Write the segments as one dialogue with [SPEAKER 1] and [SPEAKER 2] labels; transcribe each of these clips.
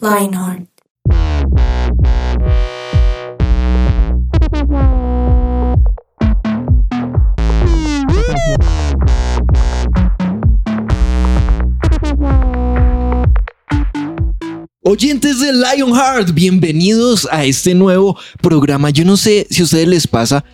[SPEAKER 1] Lionheart.
[SPEAKER 2] Oyentes de Lionheart, bienvenidos a este nuevo programa. Yo no sé si a ustedes les pasa,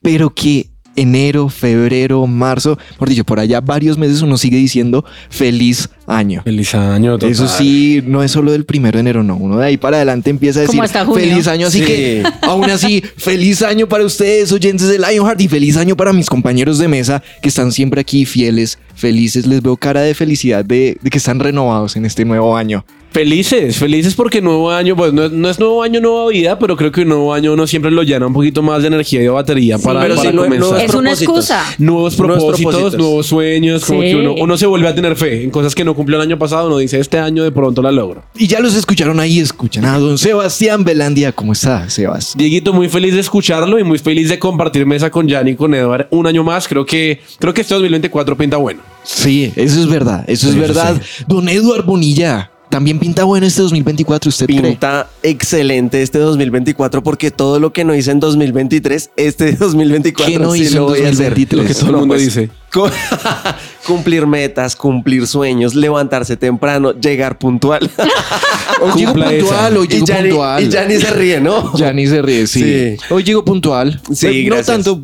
[SPEAKER 2] pero que enero, febrero, marzo, por dicho, por allá varios meses uno sigue diciendo feliz año.
[SPEAKER 3] Feliz año, total.
[SPEAKER 2] Eso sí, no es solo del primero de enero, no. Uno de ahí para adelante empieza a decir
[SPEAKER 4] Como hasta junio.
[SPEAKER 2] feliz año. Así
[SPEAKER 3] Sí.
[SPEAKER 2] que, aún así, feliz año para ustedes, oyentes de Lionheart, y feliz año para mis compañeros de mesa que están siempre aquí fieles, felices. Les veo cara de felicidad de, de que están renovados en este nuevo año.
[SPEAKER 3] Felices, felices porque nuevo año, pues no es, no es nuevo año, nueva vida, pero creo que un nuevo año uno siempre lo llena un poquito más de energía y de batería para,
[SPEAKER 5] pero
[SPEAKER 3] para
[SPEAKER 5] sí, nue-
[SPEAKER 3] comenzar.
[SPEAKER 5] nuevos
[SPEAKER 4] Es una
[SPEAKER 5] propósitos.
[SPEAKER 4] excusa.
[SPEAKER 3] Nuevos
[SPEAKER 5] Nuevos
[SPEAKER 3] propósitos,
[SPEAKER 5] propósitos.
[SPEAKER 3] nuevos sueños, como
[SPEAKER 4] Sí.
[SPEAKER 3] que uno, uno se vuelve a tener fe en cosas que no cumplió el año pasado, uno dice este año de pronto la logro.
[SPEAKER 2] Y ya los escucharon ahí, escuchan a don Sebastián Belandia. ¿Cómo está, Sebas?
[SPEAKER 3] Dieguito, muy feliz de escucharlo y muy feliz de compartir mesa con Jan y con Edward un año más. Creo que, creo que este 2024 pinta bueno.
[SPEAKER 2] Sí, eso es verdad, eso es
[SPEAKER 3] Sí, sí,
[SPEAKER 2] verdad. Don Eduard Bonilla, también pinta bueno este 2024, ¿usted cree?
[SPEAKER 5] Pinta excelente este 2024 porque todo lo que no hice en 2023, este 2024
[SPEAKER 2] ¿Qué no
[SPEAKER 5] sí
[SPEAKER 2] hizo en
[SPEAKER 5] lo voy a hacer.
[SPEAKER 2] 2023? Lo que
[SPEAKER 3] todo el mundo dice.
[SPEAKER 5] cu- cumplir metas, cumplir sueños, levantarse temprano, llegar puntual. Ah,
[SPEAKER 2] Hoy llego
[SPEAKER 3] Cumpla
[SPEAKER 2] puntual,
[SPEAKER 3] esa.
[SPEAKER 2] hoy llego
[SPEAKER 5] y, ya ni,
[SPEAKER 2] puntual.
[SPEAKER 5] y ya ni se ríe, ¿no?
[SPEAKER 2] Ya ni se ríe, sí.
[SPEAKER 5] Sí.
[SPEAKER 2] Hoy llego puntual.
[SPEAKER 3] Pues,
[SPEAKER 5] Sí,
[SPEAKER 2] Eh,
[SPEAKER 5] gracias.
[SPEAKER 2] No tanto,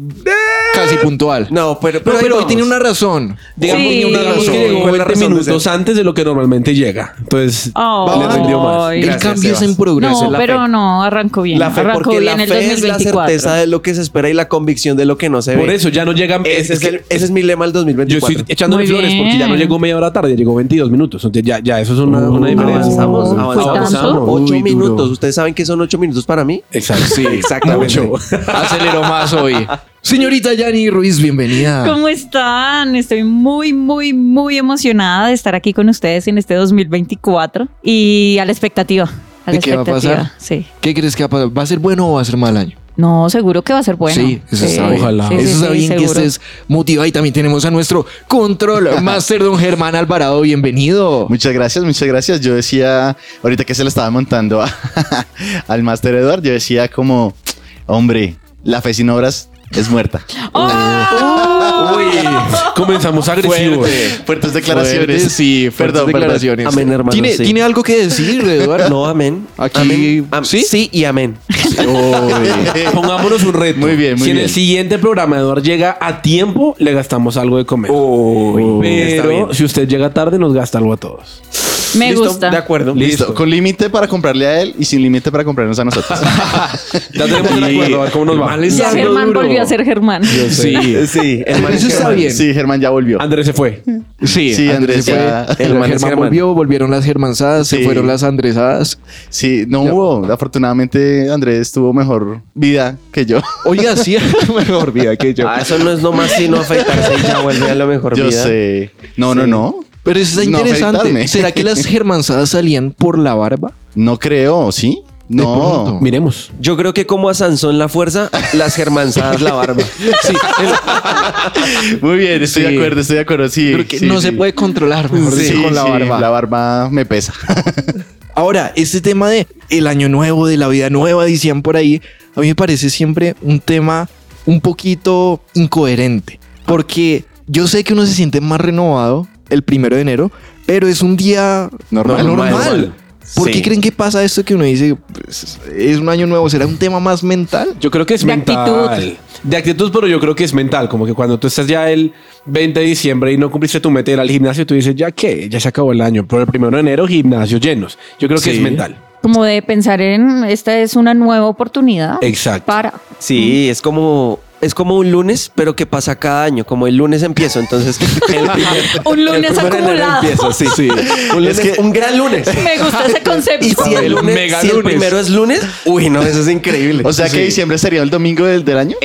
[SPEAKER 2] casi puntual.
[SPEAKER 5] No,
[SPEAKER 2] pero,
[SPEAKER 5] pero, pero, ahí
[SPEAKER 2] pero hoy
[SPEAKER 5] vamos.
[SPEAKER 2] tiene una razón.
[SPEAKER 3] Digamos,
[SPEAKER 4] Sí.
[SPEAKER 3] digamos que llegó este
[SPEAKER 5] Buena
[SPEAKER 3] 20
[SPEAKER 5] razón de
[SPEAKER 3] minutos
[SPEAKER 5] ser. Oh,
[SPEAKER 3] antes de lo que normalmente llega. Entonces,
[SPEAKER 4] Ay.
[SPEAKER 3] le rindió más.
[SPEAKER 2] El
[SPEAKER 5] Gracias,
[SPEAKER 2] cambio es
[SPEAKER 5] Sebas.
[SPEAKER 2] en progreso.
[SPEAKER 4] No,
[SPEAKER 5] la fe.
[SPEAKER 4] pero no, arrancó bien.
[SPEAKER 5] La fe,
[SPEAKER 4] arrancó
[SPEAKER 5] porque
[SPEAKER 4] bien
[SPEAKER 5] la
[SPEAKER 4] el
[SPEAKER 5] fe es la
[SPEAKER 4] 2024.
[SPEAKER 5] certeza de lo que se espera y la convicción de lo que no se ve.
[SPEAKER 3] Por eso ya no llegan.
[SPEAKER 5] Ese es,
[SPEAKER 3] que-
[SPEAKER 5] el- ese es mi lema del
[SPEAKER 3] Yo
[SPEAKER 5] 2024.
[SPEAKER 3] estoy echándole
[SPEAKER 4] Muy
[SPEAKER 3] flores porque ya no
[SPEAKER 4] bien.
[SPEAKER 3] llegó media hora tarde, llegó 22 minutos. Entonces ya, ya eso es una, una diferencia.
[SPEAKER 5] Avanzamos,
[SPEAKER 4] ¿Fue
[SPEAKER 5] avanzamos.
[SPEAKER 4] tanto?
[SPEAKER 5] Ocho
[SPEAKER 2] Uy, duro.
[SPEAKER 5] minutos. Ustedes saben que son ocho minutos para mí.
[SPEAKER 3] Exacto. Sí,
[SPEAKER 5] exactamente.
[SPEAKER 3] Mucho.
[SPEAKER 2] Aceleró más hoy. Señorita Yani Ruiz, bienvenida.
[SPEAKER 4] ¿Cómo están? Estoy muy, muy, muy emocionada de estar aquí con ustedes en este 2024 y a la expectativa. A la
[SPEAKER 2] ¿De qué va a
[SPEAKER 4] expectativa,
[SPEAKER 2] pasar?
[SPEAKER 4] Sí.
[SPEAKER 2] ¿Qué crees que va a pasar? ¿Va a ser bueno o va a ser mal año?
[SPEAKER 4] No, seguro que va a ser bueno. eh,
[SPEAKER 2] sí, eso está bien.
[SPEAKER 3] Ojalá.
[SPEAKER 4] sí, sí,
[SPEAKER 2] eso está
[SPEAKER 4] sí,
[SPEAKER 2] bien que
[SPEAKER 4] seguro.
[SPEAKER 2] estés motivado. Y también tenemos a nuestro control master, don Germán Alvarado. Bienvenido.
[SPEAKER 6] Muchas gracias, muchas gracias. Yo decía, ahorita que se le estaba montando a- al Master Edward, yo decía como, hombre, la fe sin obras es muerta.
[SPEAKER 4] ¡Ah!
[SPEAKER 2] Oh.
[SPEAKER 3] Uy, comenzamos agresivos.
[SPEAKER 6] Fuertes declaraciones.
[SPEAKER 2] Fuertes, sí, fuertes
[SPEAKER 6] Perdón, perdón.
[SPEAKER 2] declaraciones.
[SPEAKER 5] Amén, hermano,
[SPEAKER 2] ¿Tiene,
[SPEAKER 5] sí.
[SPEAKER 2] tiene algo que decir, Eduardo?
[SPEAKER 5] No, amén.
[SPEAKER 2] Aquí-
[SPEAKER 5] amén. Am-
[SPEAKER 2] ¿Sí?
[SPEAKER 5] ¿Sí? y amén.
[SPEAKER 3] Pongámonos un reto.
[SPEAKER 6] Muy bien, muy
[SPEAKER 3] Si en
[SPEAKER 6] bien.
[SPEAKER 3] el siguiente programa Eduard llega a tiempo, le gastamos algo de comer.
[SPEAKER 5] está
[SPEAKER 3] Pero
[SPEAKER 5] bien.
[SPEAKER 3] si usted llega tarde, nos gasta algo a todos.
[SPEAKER 4] Me
[SPEAKER 5] Listo,
[SPEAKER 4] gusta.
[SPEAKER 5] De acuerdo.
[SPEAKER 6] Listo, con límite para comprarle a él y sin límite para comprarnos a nosotros.
[SPEAKER 3] Ya tenemos el acuerdo, a ver cómo nos va.
[SPEAKER 2] Mal es-
[SPEAKER 4] Ya
[SPEAKER 2] Dando
[SPEAKER 4] Germán
[SPEAKER 2] duro.
[SPEAKER 4] volvió a ser Germán.
[SPEAKER 3] Sí.
[SPEAKER 5] Sí, hermano.
[SPEAKER 2] Eso está bien.
[SPEAKER 6] Sí, Germán ya volvió.
[SPEAKER 3] Andrés se fue.
[SPEAKER 2] Sí,
[SPEAKER 6] Sí, Andrés
[SPEAKER 2] se fue.
[SPEAKER 6] ya-
[SPEAKER 2] El
[SPEAKER 5] Germán
[SPEAKER 2] Germán,
[SPEAKER 5] es Germán.
[SPEAKER 2] volvió, volvieron las germanzadas, se
[SPEAKER 6] Sí.
[SPEAKER 2] fueron las andresadas.
[SPEAKER 6] Sí, no hubo. Afortunadamente, Andrés tuvo mejor vida que yo.
[SPEAKER 2] Oiga, sí, mejor vida que yo.
[SPEAKER 5] Ah, eso no es nomás sino afeitarse y ya vuelve a la mejor
[SPEAKER 6] Yo
[SPEAKER 5] vida.
[SPEAKER 6] sé. No, no, no.
[SPEAKER 2] Pero eso está
[SPEAKER 6] No,
[SPEAKER 2] interesante.
[SPEAKER 6] afeitarme.
[SPEAKER 2] ¿Será que las germanzadas salían por la barba?
[SPEAKER 6] No creo, ¿sí?
[SPEAKER 2] pronto.
[SPEAKER 6] No.
[SPEAKER 3] Miremos.
[SPEAKER 5] Yo creo que como a Sansón la fuerza, las germanzadas la barba.
[SPEAKER 2] Sí,
[SPEAKER 6] Muy bien, estoy
[SPEAKER 2] Sí.
[SPEAKER 6] de acuerdo, estoy de acuerdo. Sí,
[SPEAKER 2] pero que
[SPEAKER 6] sí,
[SPEAKER 2] no se
[SPEAKER 6] sí.
[SPEAKER 2] puede controlar, mejor
[SPEAKER 6] Sí,
[SPEAKER 2] dicho, con la
[SPEAKER 6] sí,
[SPEAKER 2] barba.
[SPEAKER 6] La barba me pesa.
[SPEAKER 2] Ahora, este tema de el año nuevo, de la vida nueva, decían por ahí, a mí me parece siempre un tema un poquito incoherente, porque yo sé que uno se siente más renovado el primero de enero, pero es un día normal.
[SPEAKER 6] Normal.
[SPEAKER 5] Normal.
[SPEAKER 2] ¿Por
[SPEAKER 5] Sí.
[SPEAKER 2] qué creen que pasa esto que uno dice pues, es un año nuevo? ¿Será un tema más mental?
[SPEAKER 3] Yo creo que es
[SPEAKER 4] De
[SPEAKER 3] mental.
[SPEAKER 4] actitud.
[SPEAKER 3] De actitud, pero yo creo que es mental. Como que cuando tú estás ya el 20 de diciembre y no cumpliste tu meta de ir al gimnasio, tú dices, ¿ya qué? Ya se acabó el año. Pero el primero de enero, gimnasios llenos. Yo creo que es mental.
[SPEAKER 4] Como de pensar en esta es una nueva oportunidad.
[SPEAKER 3] Exacto.
[SPEAKER 4] Para.
[SPEAKER 5] Sí, es como es como un lunes, pero que pasa cada año. Como el lunes empiezo, entonces. el primer-
[SPEAKER 4] Un
[SPEAKER 5] el
[SPEAKER 4] lunes
[SPEAKER 5] primero de enero
[SPEAKER 4] acumulado.
[SPEAKER 5] empiezo, sí.
[SPEAKER 3] Sí.
[SPEAKER 5] Un, lunes- un gran lunes.
[SPEAKER 4] Me gusta ese
[SPEAKER 5] Y
[SPEAKER 4] concepto.
[SPEAKER 5] si el,
[SPEAKER 3] El
[SPEAKER 5] lunes,
[SPEAKER 3] mega
[SPEAKER 5] si el
[SPEAKER 3] lunes.
[SPEAKER 5] primero es lunes, uy, no, eso es increíble.
[SPEAKER 6] O sea que diciembre sería el domingo del, del año.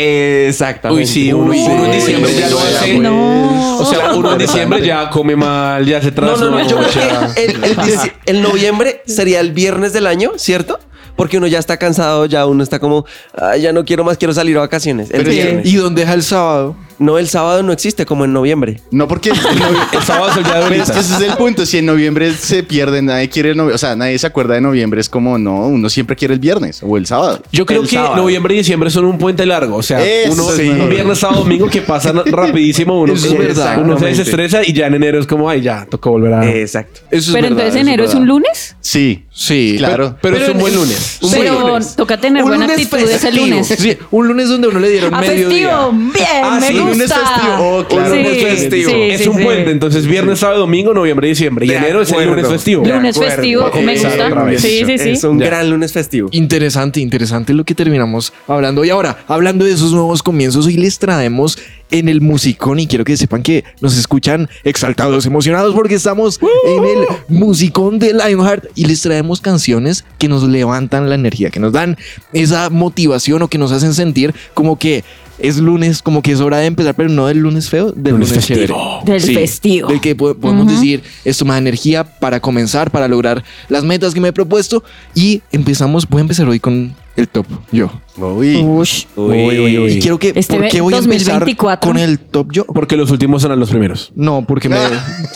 [SPEAKER 5] Exactamente.
[SPEAKER 3] Uy, sí, uno- uno en diciembre ya no hace-
[SPEAKER 4] No.
[SPEAKER 3] O sea, uno en diciembre ya come mal, ya se
[SPEAKER 5] No, no,
[SPEAKER 3] trasnocha.
[SPEAKER 5] no, yo creo que el, el dieci- el noviembre sería el viernes del año, ¿cierto? Porque uno ya está cansado, ya uno está como, "Ay, ya no quiero más, quiero salir a vacaciones. El
[SPEAKER 6] Pero es que-
[SPEAKER 5] viernes.
[SPEAKER 2] Eh, ¿Y dónde deja el sábado?
[SPEAKER 5] No, el sábado no existe como en noviembre.
[SPEAKER 6] No porque el novie-
[SPEAKER 3] El sábado es el día de
[SPEAKER 6] Pero es que
[SPEAKER 3] ahorita.
[SPEAKER 6] ese es el punto. Si en noviembre se pierde, nadie quiere el noviembre. O sea, nadie se acuerda de noviembre. Es como, no, uno siempre quiere el viernes o el sábado.
[SPEAKER 3] Yo creo
[SPEAKER 5] El
[SPEAKER 3] que
[SPEAKER 5] sábado.
[SPEAKER 3] noviembre y diciembre son un puente largo. O sea,
[SPEAKER 6] Eso
[SPEAKER 3] uno
[SPEAKER 6] es mejor.
[SPEAKER 3] viernes, sábado, domingo que pasan rapidísimo. Uno,
[SPEAKER 2] Eso es verdad.
[SPEAKER 3] uno se
[SPEAKER 5] Exactamente.
[SPEAKER 3] desestresa y ya en enero es como, ay, ya, tocó volver a.
[SPEAKER 5] Exacto.
[SPEAKER 2] Eso es
[SPEAKER 4] Pero
[SPEAKER 2] verdad,
[SPEAKER 4] entonces
[SPEAKER 2] eso
[SPEAKER 4] enero es
[SPEAKER 2] verdad.
[SPEAKER 4] un lunes.
[SPEAKER 6] Sí,
[SPEAKER 2] Sí.
[SPEAKER 6] claro.
[SPEAKER 3] Pero, es
[SPEAKER 4] Pero
[SPEAKER 3] un buen
[SPEAKER 4] en-
[SPEAKER 3] lunes.
[SPEAKER 5] Un
[SPEAKER 4] pero
[SPEAKER 5] buen lunes.
[SPEAKER 4] toca tener
[SPEAKER 5] Un
[SPEAKER 4] buena
[SPEAKER 5] lunes
[SPEAKER 4] actitud ese
[SPEAKER 5] festivo.
[SPEAKER 4] lunes.
[SPEAKER 2] Sí, un lunes donde uno le dieron
[SPEAKER 4] A
[SPEAKER 2] medio
[SPEAKER 4] festivo,
[SPEAKER 2] día.
[SPEAKER 4] bien,
[SPEAKER 2] Ah,
[SPEAKER 4] Eh, me
[SPEAKER 2] sí,
[SPEAKER 4] gusta.
[SPEAKER 2] un lunes festivo,
[SPEAKER 6] oh, claro,
[SPEAKER 4] Sí,
[SPEAKER 3] un lunes festivo.
[SPEAKER 4] sí,
[SPEAKER 3] es
[SPEAKER 4] sí,
[SPEAKER 3] un
[SPEAKER 4] sí.
[SPEAKER 3] puente, entonces viernes, sábado, domingo, noviembre, diciembre. Y
[SPEAKER 5] De
[SPEAKER 3] enero es el lunes
[SPEAKER 5] acuerdo.
[SPEAKER 3] festivo.
[SPEAKER 5] De
[SPEAKER 4] Lunes
[SPEAKER 5] acuerdo.
[SPEAKER 4] festivo,
[SPEAKER 5] Vamos a
[SPEAKER 4] me
[SPEAKER 5] empezar otra
[SPEAKER 4] gusta.
[SPEAKER 3] vez.
[SPEAKER 4] Sí, sí, sí.
[SPEAKER 5] Es un
[SPEAKER 3] Ya.
[SPEAKER 5] gran lunes festivo.
[SPEAKER 2] Interesante, interesante lo que terminamos hablando. Y ahora, hablando de esos nuevos comienzos, hoy les traemos en el Musicón. Y quiero que sepan que nos escuchan exaltados, emocionados, porque estamos en el Musicón de Lionheart. Y les traemos canciones que nos levantan la energía, que nos dan esa motivación o que nos hacen sentir como que es lunes, como que es hora de empezar, pero no del lunes feo, del lunes,
[SPEAKER 3] Lunes
[SPEAKER 2] chévere.
[SPEAKER 3] festivo.
[SPEAKER 4] Del festivo.
[SPEAKER 2] Del que po- podemos decir, esto me da energía para comenzar, para lograr las metas que me he propuesto. Y empezamos, voy a empezar hoy con el top, yo.
[SPEAKER 6] Uy,
[SPEAKER 2] Uh,
[SPEAKER 4] Ush.
[SPEAKER 3] Uy, uy, uy.
[SPEAKER 2] Y quiero que,
[SPEAKER 4] Este
[SPEAKER 2] ¿por qué voy a empezar
[SPEAKER 4] 2024?
[SPEAKER 2] con el top yo?
[SPEAKER 3] Porque los últimos serán los primeros.
[SPEAKER 2] No, porque me,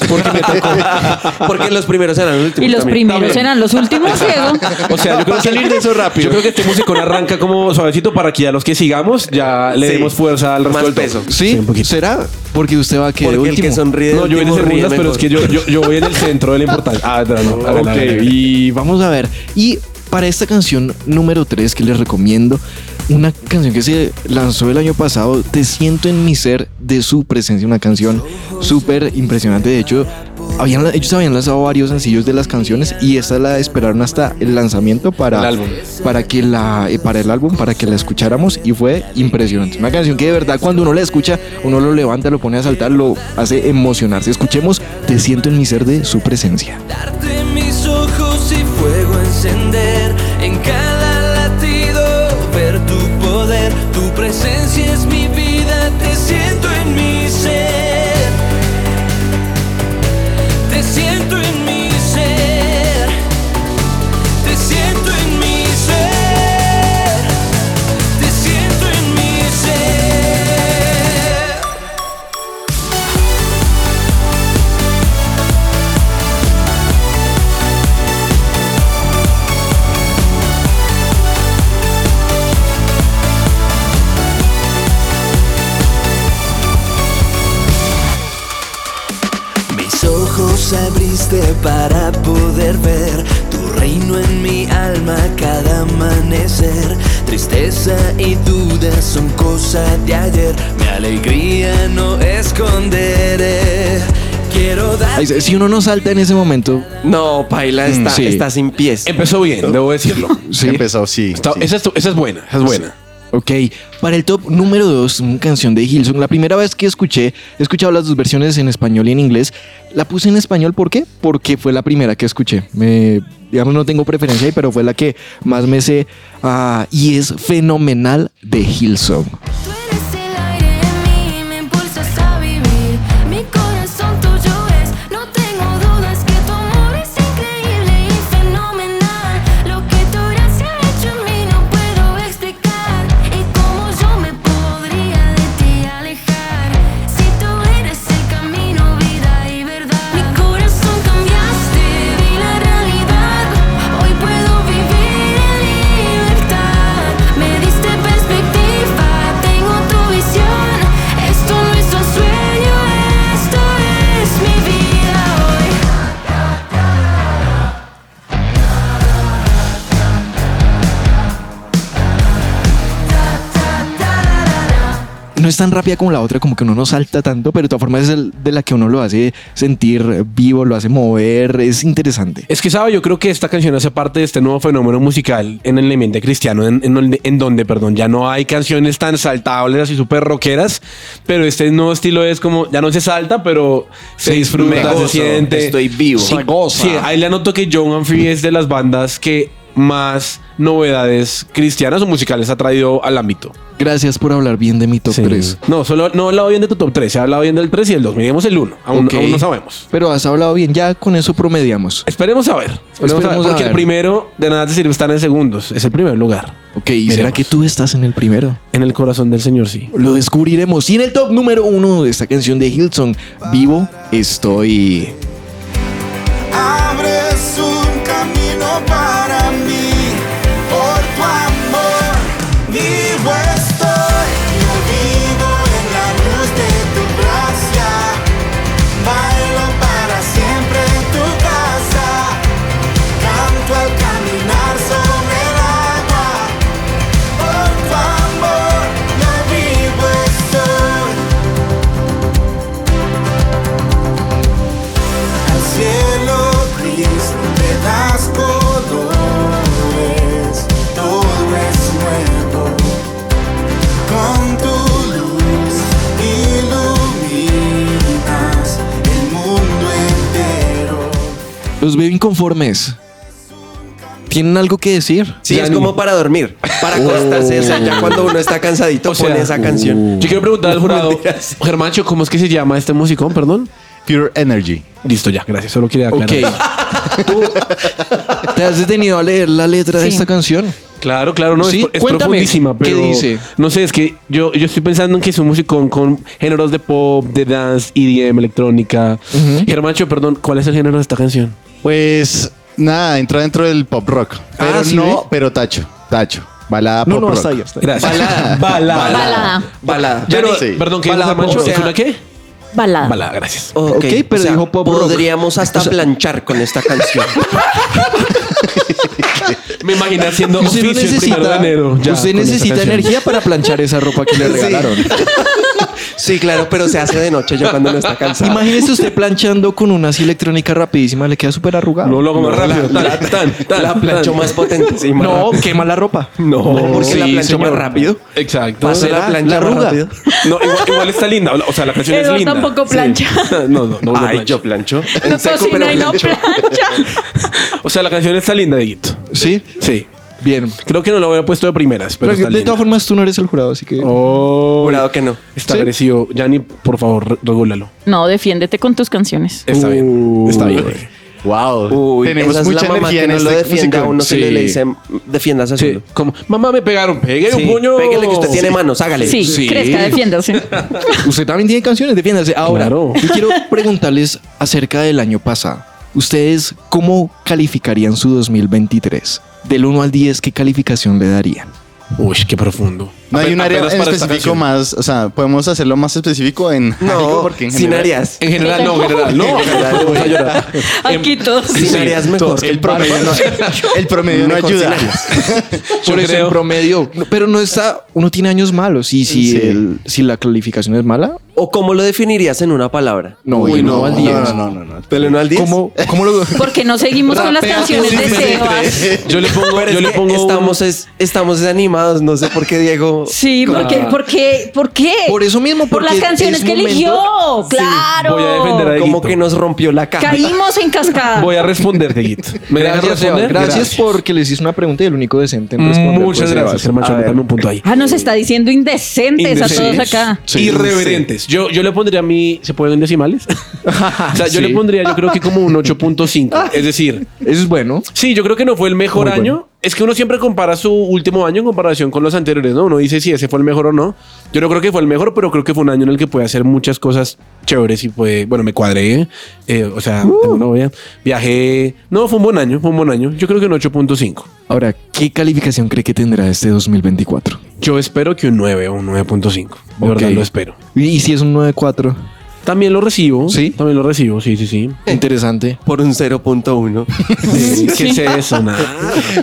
[SPEAKER 2] porque me tocó.
[SPEAKER 5] Porque los primeros eran los últimos.
[SPEAKER 4] Y los
[SPEAKER 5] también.
[SPEAKER 4] primeros
[SPEAKER 3] También.
[SPEAKER 4] eran los últimos, Diego.
[SPEAKER 3] O sea, yo creo que salir de eso rápido. Yo creo que este musicón arranca como suavecito para que a los que sigamos ya le
[SPEAKER 5] Sí.
[SPEAKER 3] demos fuerza al resto
[SPEAKER 5] Más
[SPEAKER 3] del top.
[SPEAKER 5] peso.
[SPEAKER 2] ¿Sí?
[SPEAKER 3] un poquito.
[SPEAKER 2] ¿Será? Porque usted va a quedar
[SPEAKER 5] Porque el
[SPEAKER 2] último.
[SPEAKER 5] que sonríe.
[SPEAKER 3] No, yo voy en
[SPEAKER 5] último ríe
[SPEAKER 3] segundas, pero
[SPEAKER 5] mejor.
[SPEAKER 3] es que yo, yo, yo voy en el centro de la importancia. Ah, no, no. a ver, a
[SPEAKER 2] Ok,
[SPEAKER 3] ver, a ver.
[SPEAKER 2] y vamos a ver. Y para esta canción número 3 que les recomiendo, una canción que se lanzó el año pasado, Te siento en mi ser de su presencia, una canción súper impresionante. De hecho, habían, ellos habían lanzado varios sencillos de las canciones y esta la esperaron hasta el lanzamiento para
[SPEAKER 3] El álbum.
[SPEAKER 2] Para, que la, eh, para el álbum, para que la escucháramos y fue impresionante. Una canción que de verdad cuando uno la escucha, uno lo levanta, lo pone a saltar, lo hace emocionarse. Escuchemos Te siento en mi ser de su presencia.
[SPEAKER 1] Darte mis ojos y fuego encender en cada latido, ver tu poder, tu presencia es mi vida, te siento en mi ser, te siento en mi ser, te siento en mi ser, te siento en mi ser. Mis ojos abriste para poder ver tu reino en mi alma cada amanecer. Tristeza y dudas son cosa de ayer. Mi alegría no esconderé. Quiero dar
[SPEAKER 2] Ahí se- Si uno no salta en ese momento,
[SPEAKER 5] No, Paila está,
[SPEAKER 2] sí.
[SPEAKER 5] está sin pies.
[SPEAKER 3] Empezó bien, debo decirlo.
[SPEAKER 2] sí.
[SPEAKER 6] empezó, sí.
[SPEAKER 3] Está-
[SPEAKER 6] sí.
[SPEAKER 3] Esa, es, tu- esa es buena, esa es buena.
[SPEAKER 2] Ok, para el top número 2, una canción de Hilson. La primera vez que escuché, he escuchado las dos versiones en español y en inglés. La puse en español, ¿por qué? Porque fue la primera que escuché. Me, digamos, no tengo preferencia ahí, pero fue la que más me sé. ah, y es fenomenal de Hilson.
[SPEAKER 7] Tú eres el aire en mí, me impulsas a vivir. Mi corazón tuyo es, no tengo dudas que tu amor es increíble y fenomenal. Lo que tu gracia ha hecho en mí no puedo explicar. Y cómo yo me podría de ti alejar. Si tú eres el camino, vida y verdad. Mi corazón cambiaste, vi la realidad. Hoy puedo vivir en libertad. Me diste perspectiva. te
[SPEAKER 2] no es tan rápida como la otra, como que uno no salta tanto, pero de todas formas es el de la que uno lo hace sentir vivo, lo hace mover, es interesante.
[SPEAKER 3] Es que, ¿sabe? Yo creo que esta canción hace parte de este nuevo fenómeno musical en el ambiente cristiano, en, en donde- en donde, perdón, ya no hay canciones tan saltables así súper rockeras, pero este nuevo estilo es como, ya no se salta, pero se, disfruta,
[SPEAKER 5] me
[SPEAKER 3] se
[SPEAKER 5] gozo,
[SPEAKER 3] siente.
[SPEAKER 5] estoy vivo.
[SPEAKER 3] Sí,
[SPEAKER 5] Me goza.
[SPEAKER 3] sí, ahí le anoto que John Humphrey es de las bandas que más novedades cristianas o musicales ha traído al ámbito.
[SPEAKER 2] Gracias por hablar bien de mi top
[SPEAKER 3] Sí.
[SPEAKER 2] 3.
[SPEAKER 3] No, solo no he hablado bien de tu top 3, he hablado bien del 3 y el 2, miremos el 1, aún,
[SPEAKER 2] Ok.
[SPEAKER 3] aún no sabemos.
[SPEAKER 2] Pero has hablado bien, ya con eso promediamos.
[SPEAKER 3] Esperemos a ver. Esperemos, a ver,
[SPEAKER 2] Esperemos a
[SPEAKER 3] porque
[SPEAKER 2] ver.
[SPEAKER 3] el primero, de nada te sirve estar en segundos. Es el primer lugar.
[SPEAKER 2] Ok, ¿y será
[SPEAKER 3] Veremos.
[SPEAKER 2] que tú estás en el primero?
[SPEAKER 3] En el corazón del Señor, sí.
[SPEAKER 2] Lo descubriremos. Y en el top número uno de esta canción de Hilson, Vivo estoy.
[SPEAKER 8] abres un camino para mí. Por tu amor vivo estoy, yo vivo en la luz de tu gracia. Bailo para siempre en tu casa. Canto al caminar sobre el agua. Por tu amor yo vivo estoy. Al cielo gris le das colores, todo es nuevo. Con tu luz iluminas el mundo entero.
[SPEAKER 2] Los veo inconformes. ¿Tienen algo que decir?
[SPEAKER 5] Sí, es como para dormir, para acostarse. o sea, ya cuando uno está cansadito,
[SPEAKER 3] O sea, uh.
[SPEAKER 5] pone esa canción.
[SPEAKER 3] Yo quiero preguntar al
[SPEAKER 5] No,
[SPEAKER 3] jurado,
[SPEAKER 5] mentiras.
[SPEAKER 3] Germancho, ¿cómo es que se llama este musicón? Perdón.
[SPEAKER 6] Pure Energy.
[SPEAKER 3] Listo, ya, gracias. Solo quería
[SPEAKER 2] Ok.
[SPEAKER 3] aclarar.
[SPEAKER 2] ¿Tú te has detenido a leer la letra de
[SPEAKER 4] Sí.
[SPEAKER 2] esta canción?
[SPEAKER 3] Claro, claro, no,
[SPEAKER 2] Sí,
[SPEAKER 3] es, es
[SPEAKER 2] cuéntame,
[SPEAKER 3] profundísima,
[SPEAKER 2] ¿qué
[SPEAKER 3] pero
[SPEAKER 2] dice?
[SPEAKER 3] no sé, es que yo, yo estoy pensando en que es un musicón con géneros de pop, de dance, EDM, electrónica. Germancho, perdón, ¿cuál es el género de esta canción?
[SPEAKER 6] Pues nada, entra dentro del pop rock. Pero
[SPEAKER 2] Ah, ¿sí
[SPEAKER 6] no,
[SPEAKER 2] ve?
[SPEAKER 6] pero tacho, tacho. Balada pop rock.
[SPEAKER 3] Gracias. Balada. Balada.
[SPEAKER 4] Balada.
[SPEAKER 5] Balada.
[SPEAKER 3] Ya no-
[SPEAKER 6] Sí.
[SPEAKER 3] Perdón, ¿qué es
[SPEAKER 5] Balada,
[SPEAKER 3] Germancho?
[SPEAKER 5] o sea-
[SPEAKER 3] ¿Es una qué?
[SPEAKER 4] Balada.
[SPEAKER 3] Balada, gracias.
[SPEAKER 5] Ok,
[SPEAKER 2] Ok, pero
[SPEAKER 5] o sea,
[SPEAKER 2] dijo pop rock.
[SPEAKER 5] Podríamos hasta planchar con esta canción.
[SPEAKER 3] Me imagino haciendo
[SPEAKER 2] Usted
[SPEAKER 3] oficio
[SPEAKER 2] no
[SPEAKER 3] el primero
[SPEAKER 2] necesita,
[SPEAKER 3] de enero. ya,
[SPEAKER 2] usted
[SPEAKER 3] con esta
[SPEAKER 2] necesita
[SPEAKER 3] canción.
[SPEAKER 2] energía para planchar esa ropa que le
[SPEAKER 5] Sí.
[SPEAKER 2] regalaron.
[SPEAKER 5] Sí, claro, pero se hace de noche ya cuando uno está cansado.
[SPEAKER 2] Imagínese usted planchando con una así electrónica rapidísima, le queda súper arrugado.
[SPEAKER 3] No lo hago más rápido.
[SPEAKER 5] la,
[SPEAKER 3] Tan, tan, tan,
[SPEAKER 5] la
[SPEAKER 3] tan.
[SPEAKER 5] plancho más potente. sí, más
[SPEAKER 2] No,
[SPEAKER 5] rápido.
[SPEAKER 2] quema la ropa.
[SPEAKER 3] No,
[SPEAKER 5] porque la
[SPEAKER 3] sí,
[SPEAKER 5] plancha
[SPEAKER 3] señor.
[SPEAKER 5] más rápido.
[SPEAKER 3] Exacto.
[SPEAKER 5] Pasa
[SPEAKER 2] ¿será?
[SPEAKER 5] la plancha
[SPEAKER 2] ¿La
[SPEAKER 5] más
[SPEAKER 2] arruga?
[SPEAKER 5] rápido.
[SPEAKER 3] No, igual, igual está linda. O sea, la canción es
[SPEAKER 4] Eduardo
[SPEAKER 3] linda.
[SPEAKER 4] tampoco
[SPEAKER 3] Sí.
[SPEAKER 4] plancha.
[SPEAKER 3] No, no, no. no
[SPEAKER 5] Ay,
[SPEAKER 3] plancha.
[SPEAKER 5] yo plancho. En
[SPEAKER 4] No
[SPEAKER 5] seco,
[SPEAKER 4] cocina
[SPEAKER 5] pero
[SPEAKER 4] y no
[SPEAKER 5] plancho.
[SPEAKER 4] plancha.
[SPEAKER 3] O sea, la canción está linda, Dieguito.
[SPEAKER 2] ¿Sí?
[SPEAKER 3] Sí.
[SPEAKER 2] Bien.
[SPEAKER 3] Creo que no lo hubiera puesto de primeras, pero,
[SPEAKER 2] Pero
[SPEAKER 3] está
[SPEAKER 2] de
[SPEAKER 3] linda.
[SPEAKER 2] todas formas, tú no eres el jurado, así que.
[SPEAKER 3] Oh,
[SPEAKER 5] Jurado que no.
[SPEAKER 3] Está
[SPEAKER 2] Sí.
[SPEAKER 3] agresivo. Yanni, por favor, re- regúlalo.
[SPEAKER 4] No, defiéndete con tus canciones.
[SPEAKER 3] Está bien. Está bien.
[SPEAKER 6] Wow.
[SPEAKER 5] Uy,
[SPEAKER 6] Tenemos
[SPEAKER 5] esa es
[SPEAKER 6] mucha
[SPEAKER 5] la mamá
[SPEAKER 6] energía
[SPEAKER 5] que
[SPEAKER 6] en
[SPEAKER 5] no
[SPEAKER 6] este
[SPEAKER 5] lo defienda a
[SPEAKER 6] musicón.
[SPEAKER 5] uno
[SPEAKER 3] Sí.
[SPEAKER 5] se le, le dice defiendas a
[SPEAKER 3] Sí, como, mamá, me pegaron. Pégale un puño.
[SPEAKER 5] Pégale que usted tiene manos, hágale.
[SPEAKER 4] Sí,
[SPEAKER 2] Sí.
[SPEAKER 4] crezca, defiéndase.
[SPEAKER 2] Usted también tiene canciones, defiéndase. Ahora,
[SPEAKER 3] Claro.
[SPEAKER 2] yo quiero preguntarles acerca del año pasado. ¿Ustedes cómo calificarían su 2023? Del 1 al 10, ¿qué calificación le darían?
[SPEAKER 3] Uy, qué profundo.
[SPEAKER 6] No hay un
[SPEAKER 3] Ape-
[SPEAKER 6] área
[SPEAKER 3] apenas
[SPEAKER 6] en
[SPEAKER 3] para esta
[SPEAKER 6] específico
[SPEAKER 3] canción.
[SPEAKER 6] más, o sea, podemos hacerlo más específico en algo
[SPEAKER 5] No,
[SPEAKER 6] porque en
[SPEAKER 5] sin
[SPEAKER 6] general-
[SPEAKER 5] áreas.
[SPEAKER 3] En general, no, en general, no. Vamos a llorar.
[SPEAKER 4] Aquí todos.
[SPEAKER 5] Sin áreas mejor.
[SPEAKER 6] El promedio no, el promedio no
[SPEAKER 5] Ni con
[SPEAKER 6] ayuda.
[SPEAKER 5] sin áreas.
[SPEAKER 3] Yo
[SPEAKER 2] Por eso
[SPEAKER 3] creo-
[SPEAKER 2] en promedio. no, Pero no está. Uno tiene años malos. Y si,
[SPEAKER 6] Sí.
[SPEAKER 2] el- si la calificación es mala,
[SPEAKER 5] ¿O cómo lo definirías en una palabra?
[SPEAKER 2] no, del uno al 10.
[SPEAKER 6] no, no, no.
[SPEAKER 5] ¿Del 1 al 10?
[SPEAKER 2] ¿Cómo, cómo lo.?
[SPEAKER 4] Porque no seguimos con las canciones de Sebas.
[SPEAKER 3] Yo le pongo,
[SPEAKER 5] Pero
[SPEAKER 3] yo
[SPEAKER 5] es
[SPEAKER 3] le
[SPEAKER 5] que
[SPEAKER 3] pongo un-
[SPEAKER 5] estamos, es, estamos desanimados, no sé por qué Diego...
[SPEAKER 4] Sí, porque, porque, ¿por qué?
[SPEAKER 2] Por eso mismo,
[SPEAKER 4] Por las
[SPEAKER 2] porque
[SPEAKER 4] canciones
[SPEAKER 2] es
[SPEAKER 4] que
[SPEAKER 2] momento-
[SPEAKER 4] eligió. Claro.
[SPEAKER 3] voy a defender a
[SPEAKER 5] Como
[SPEAKER 3] Dieguito.
[SPEAKER 5] que nos rompió la caja.
[SPEAKER 4] Caímos en cascada.
[SPEAKER 3] Voy a responder, Dieguito. ¿Me dejas
[SPEAKER 2] Ah. Gracias, Sebas.
[SPEAKER 3] responder? Mm,
[SPEAKER 2] Gracias, porque les hice una pregunta y el único decente en responder. pues, fue
[SPEAKER 3] Muchas
[SPEAKER 2] Sebas.
[SPEAKER 3] gracias, Germán.
[SPEAKER 5] A ver.
[SPEAKER 3] Dame un punto ahí.
[SPEAKER 4] Ah, nos está diciendo indecentes, a
[SPEAKER 3] Indecentes.
[SPEAKER 4] todos acá.
[SPEAKER 2] Sí.
[SPEAKER 3] Irreverentes. Yo, yo le pondría a mí. ¿Se pueden decimales? o sea, yo
[SPEAKER 2] Ah, Sí.
[SPEAKER 3] le pondría, yo creo que como un 8.5. Es decir,
[SPEAKER 2] Eso es bueno.
[SPEAKER 3] sí, yo creo que no fue el mejor
[SPEAKER 2] Muy
[SPEAKER 3] año.
[SPEAKER 2] bueno.
[SPEAKER 3] Es que uno siempre compara su último año en comparación con los anteriores, ¿no? Uno dice si ese fue el mejor o no. Yo no creo que fue el mejor, pero creo que fue un año en el que puede hacer muchas cosas chéveres y puede. Bueno, me cuadré. eh, o sea,
[SPEAKER 2] Uh.
[SPEAKER 3] tengo novia. Viajé. No, fue un buen año, fue un buen año. Yo creo que un 8.5.
[SPEAKER 2] Ahora, ¿qué calificación cree que tendrá este 2024?
[SPEAKER 3] Yo espero que un 9 o un 9.5. De
[SPEAKER 2] Ok.
[SPEAKER 3] verdad lo espero.
[SPEAKER 2] Y, y si es un 9-4,
[SPEAKER 3] También lo recibo.
[SPEAKER 2] ¿Sí?
[SPEAKER 3] También lo recibo, sí, sí, sí.
[SPEAKER 2] interesante.
[SPEAKER 5] Por un 0.1.
[SPEAKER 3] Sí, ¿Qué es eso? Nada.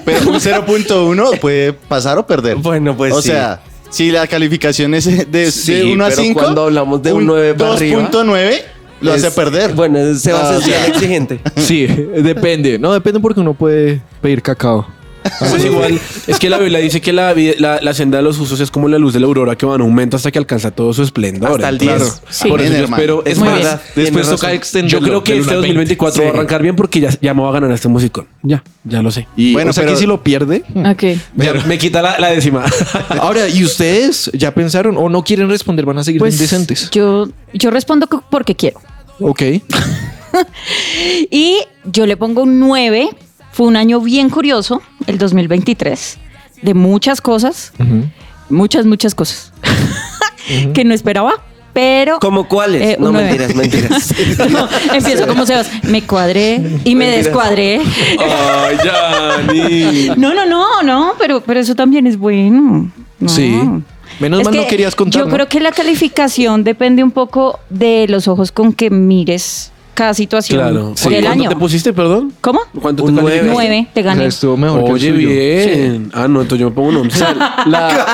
[SPEAKER 6] Pero un 0.1 puede pasar o perder.
[SPEAKER 5] Bueno, pues
[SPEAKER 6] O
[SPEAKER 5] sí.
[SPEAKER 6] sea, Si la calificación es de,
[SPEAKER 5] Sí,
[SPEAKER 6] de 1 a
[SPEAKER 5] pero
[SPEAKER 6] 5,
[SPEAKER 5] cuando hablamos de un 9 para arriba,
[SPEAKER 6] 2.9 lo hace
[SPEAKER 5] Es-
[SPEAKER 6] perder.
[SPEAKER 5] Bueno, Sebas
[SPEAKER 6] Ah,
[SPEAKER 5] es bien exigente.
[SPEAKER 2] Sí, depende. No, depende porque uno puede pedir cacao.
[SPEAKER 3] Pues igual, es que la Biblia dice que la, vi- la- la senda de los justos es como la luz de la aurora que va en aumento hasta que alcanza todo su esplendor.
[SPEAKER 5] Hasta el
[SPEAKER 3] Entonces,
[SPEAKER 5] 10.
[SPEAKER 4] Sí.
[SPEAKER 3] Por eso
[SPEAKER 6] Bien,
[SPEAKER 3] yo
[SPEAKER 6] hermano.
[SPEAKER 3] espero. Es
[SPEAKER 4] Muy
[SPEAKER 3] más,
[SPEAKER 4] bien.
[SPEAKER 5] Tienes
[SPEAKER 3] después
[SPEAKER 5] razón.
[SPEAKER 3] toca extenderlo. Yo creo que
[SPEAKER 2] del
[SPEAKER 3] este
[SPEAKER 2] uno al
[SPEAKER 3] 2024 va a arrancar bien porque ya, ya me va a ganar este musicón. Ya, ya lo sé.
[SPEAKER 2] Y,
[SPEAKER 6] Bueno,
[SPEAKER 2] o sea
[SPEAKER 6] pero-
[SPEAKER 2] que si lo pierde.
[SPEAKER 4] Mm. Ok.
[SPEAKER 3] Ya me quita la, la décima.
[SPEAKER 2] Ahora, ¿y ustedes ya pensaron o no quieren responder? Van a seguir indecentes.
[SPEAKER 4] Pues, Yo, yo respondo co- porque quiero.
[SPEAKER 2] Ok.
[SPEAKER 4] Y yo le pongo un 9. Fue un año bien curioso, el 2023, de muchas cosas, muchas, muchas cosas que no esperaba, pero.
[SPEAKER 5] ¿Como cuáles?
[SPEAKER 4] Eh,
[SPEAKER 5] no,
[SPEAKER 4] un nueve.
[SPEAKER 5] mentiras, mentiras.
[SPEAKER 4] No, empiezo como Sebas. Me cuadré y me descuadré.
[SPEAKER 3] Ay, Yanni.
[SPEAKER 4] No, no, no, no, pero, pero eso también es bueno. No.
[SPEAKER 2] Sí. Menos mal no
[SPEAKER 4] que
[SPEAKER 2] querías contar,
[SPEAKER 4] Yo
[SPEAKER 2] ¿no?
[SPEAKER 4] creo que la calificación depende un poco de los ojos con que mires cada situación
[SPEAKER 3] Claro.
[SPEAKER 4] del
[SPEAKER 3] ¿Cuánto
[SPEAKER 4] año.
[SPEAKER 3] te pusiste, perdón?
[SPEAKER 4] ¿Cómo?
[SPEAKER 3] ¿Cuánto
[SPEAKER 5] Un
[SPEAKER 3] te
[SPEAKER 5] nueve.
[SPEAKER 3] calificaste?
[SPEAKER 4] Nueve, te
[SPEAKER 2] O sea,
[SPEAKER 4] gané.
[SPEAKER 2] estuvo mejor que el
[SPEAKER 3] Oye,
[SPEAKER 2] suyo.
[SPEAKER 3] bien. Ah, no, entonces yo me pongo un once. La-